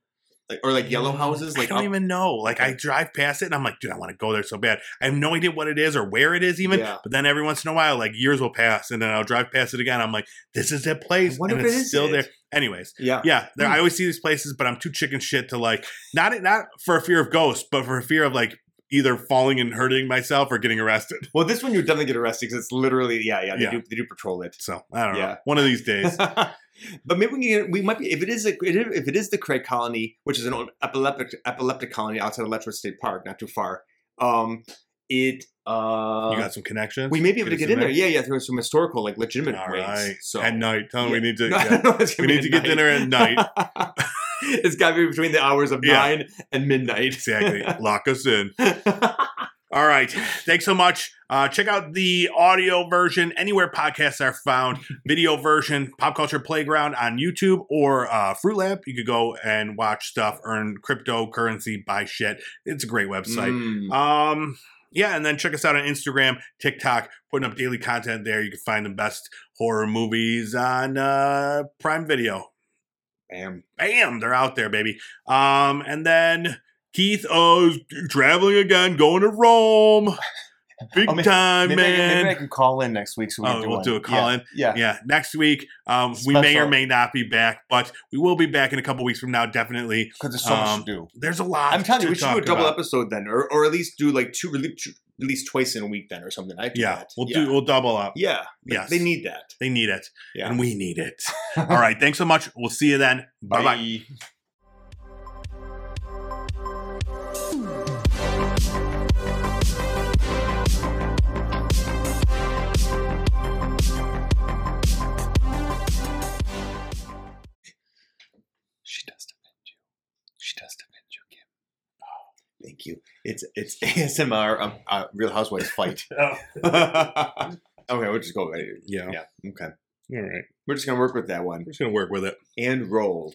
Speaker 2: Like, or like yellow houses. Like um,
Speaker 1: I don't
Speaker 2: up-
Speaker 1: even know. Like I drive past it, and I'm like, dude, I want to go there so bad. I have no idea what it is or where it is even.
Speaker 2: Yeah.
Speaker 1: But then every once in a while, like years will pass, and then I'll drive past it again. I'm like, this is that
Speaker 2: I
Speaker 1: place, and
Speaker 2: wonder
Speaker 1: it's
Speaker 2: if it is
Speaker 1: still
Speaker 2: it.
Speaker 1: there. Anyways,
Speaker 2: Yeah.
Speaker 1: yeah, there,
Speaker 2: Hmm.
Speaker 1: I always see these places, but I'm too chicken shit to like not not for fear of ghosts, but for fear of like either falling and hurting myself or getting arrested. <laughs>
Speaker 2: Well, this one you definitely get arrested because it's literally yeah, yeah. They
Speaker 1: Yeah.
Speaker 2: do they do
Speaker 1: <laughs>
Speaker 2: patrol it.
Speaker 1: So I don't know.
Speaker 2: Yeah.
Speaker 1: One of these days,
Speaker 2: but maybe we, can get, we might be if it is a, it is- if it is the Craig Colony, which is an old epileptic epileptic colony outside of Letchworth State Park, not too far. Um, it <laughs> uh,
Speaker 1: you got some connections.
Speaker 2: we may be able to
Speaker 1: us
Speaker 2: get in there. Yeah, yeah, through some historical like legitimate
Speaker 1: All
Speaker 2: ways.
Speaker 1: right.
Speaker 2: So <laughs>
Speaker 1: At night, tell them we need to.
Speaker 2: No,
Speaker 1: yeah.
Speaker 2: no, it's
Speaker 1: We
Speaker 2: gonna
Speaker 1: need
Speaker 2: be
Speaker 1: to get dinner at night.
Speaker 2: <laughs> it's got to be between the hours of
Speaker 1: Yeah.
Speaker 2: nine and midnight. <laughs>
Speaker 1: Exactly. Lock us in. All right. Thanks so much. Uh, check out the audio version anywhere podcasts are found. Video version, Pop Culture Playground on YouTube or uh, Fruit Lab. You could go and watch stuff, earn cryptocurrency, buy shit. It's a great website.
Speaker 2: Mm.
Speaker 1: Um, yeah, and then check us out on Instagram, TikTok, putting up daily content there. You can find the best horror movies on uh, Prime Video.
Speaker 2: Bam.
Speaker 1: Bam, they're out there, baby. Um, and then Keith O's traveling again, going to Rome.
Speaker 2: <laughs>
Speaker 1: Big
Speaker 2: Oh, may-
Speaker 1: time,
Speaker 2: Maybe, I can,
Speaker 1: man.
Speaker 2: maybe I can call in next week so we
Speaker 1: Oh,
Speaker 2: can do
Speaker 1: we'll
Speaker 2: one.
Speaker 1: do a call
Speaker 2: yeah.
Speaker 1: in.
Speaker 2: Yeah.
Speaker 1: yeah, next week. Um, we may or
Speaker 2: Special.
Speaker 1: may not be back, but we will be back in a couple weeks from now, definitely.
Speaker 2: because there's so
Speaker 1: Um,
Speaker 2: much to do.
Speaker 1: There's a lot.
Speaker 2: I'm telling you,
Speaker 1: to
Speaker 2: we should do a
Speaker 1: talk
Speaker 2: double
Speaker 1: about.
Speaker 2: episode then, or, or at least do like two release release twice in a week then, or something. I do
Speaker 1: Yeah,
Speaker 2: that.
Speaker 1: we'll
Speaker 2: yeah.
Speaker 1: do. We'll double up.
Speaker 2: Yeah,
Speaker 1: Yes.
Speaker 2: they need that.
Speaker 1: They need it,
Speaker 2: Yeah.
Speaker 1: and we need
Speaker 2: <laughs>
Speaker 1: it. All right, thanks so much. We'll see you then. Bye bye.
Speaker 2: She does defend you. She does defend you, Kim. Oh, thank you. It's it's <laughs> ASMR. Um, uh, Real Housewives fight. <laughs>
Speaker 1: Oh.
Speaker 2: okay, we'll just go. right here.
Speaker 1: Yeah.
Speaker 2: Yeah. Okay.
Speaker 1: All right.
Speaker 2: We're just gonna work with that one
Speaker 1: We're just gonna work with it.
Speaker 2: and roll.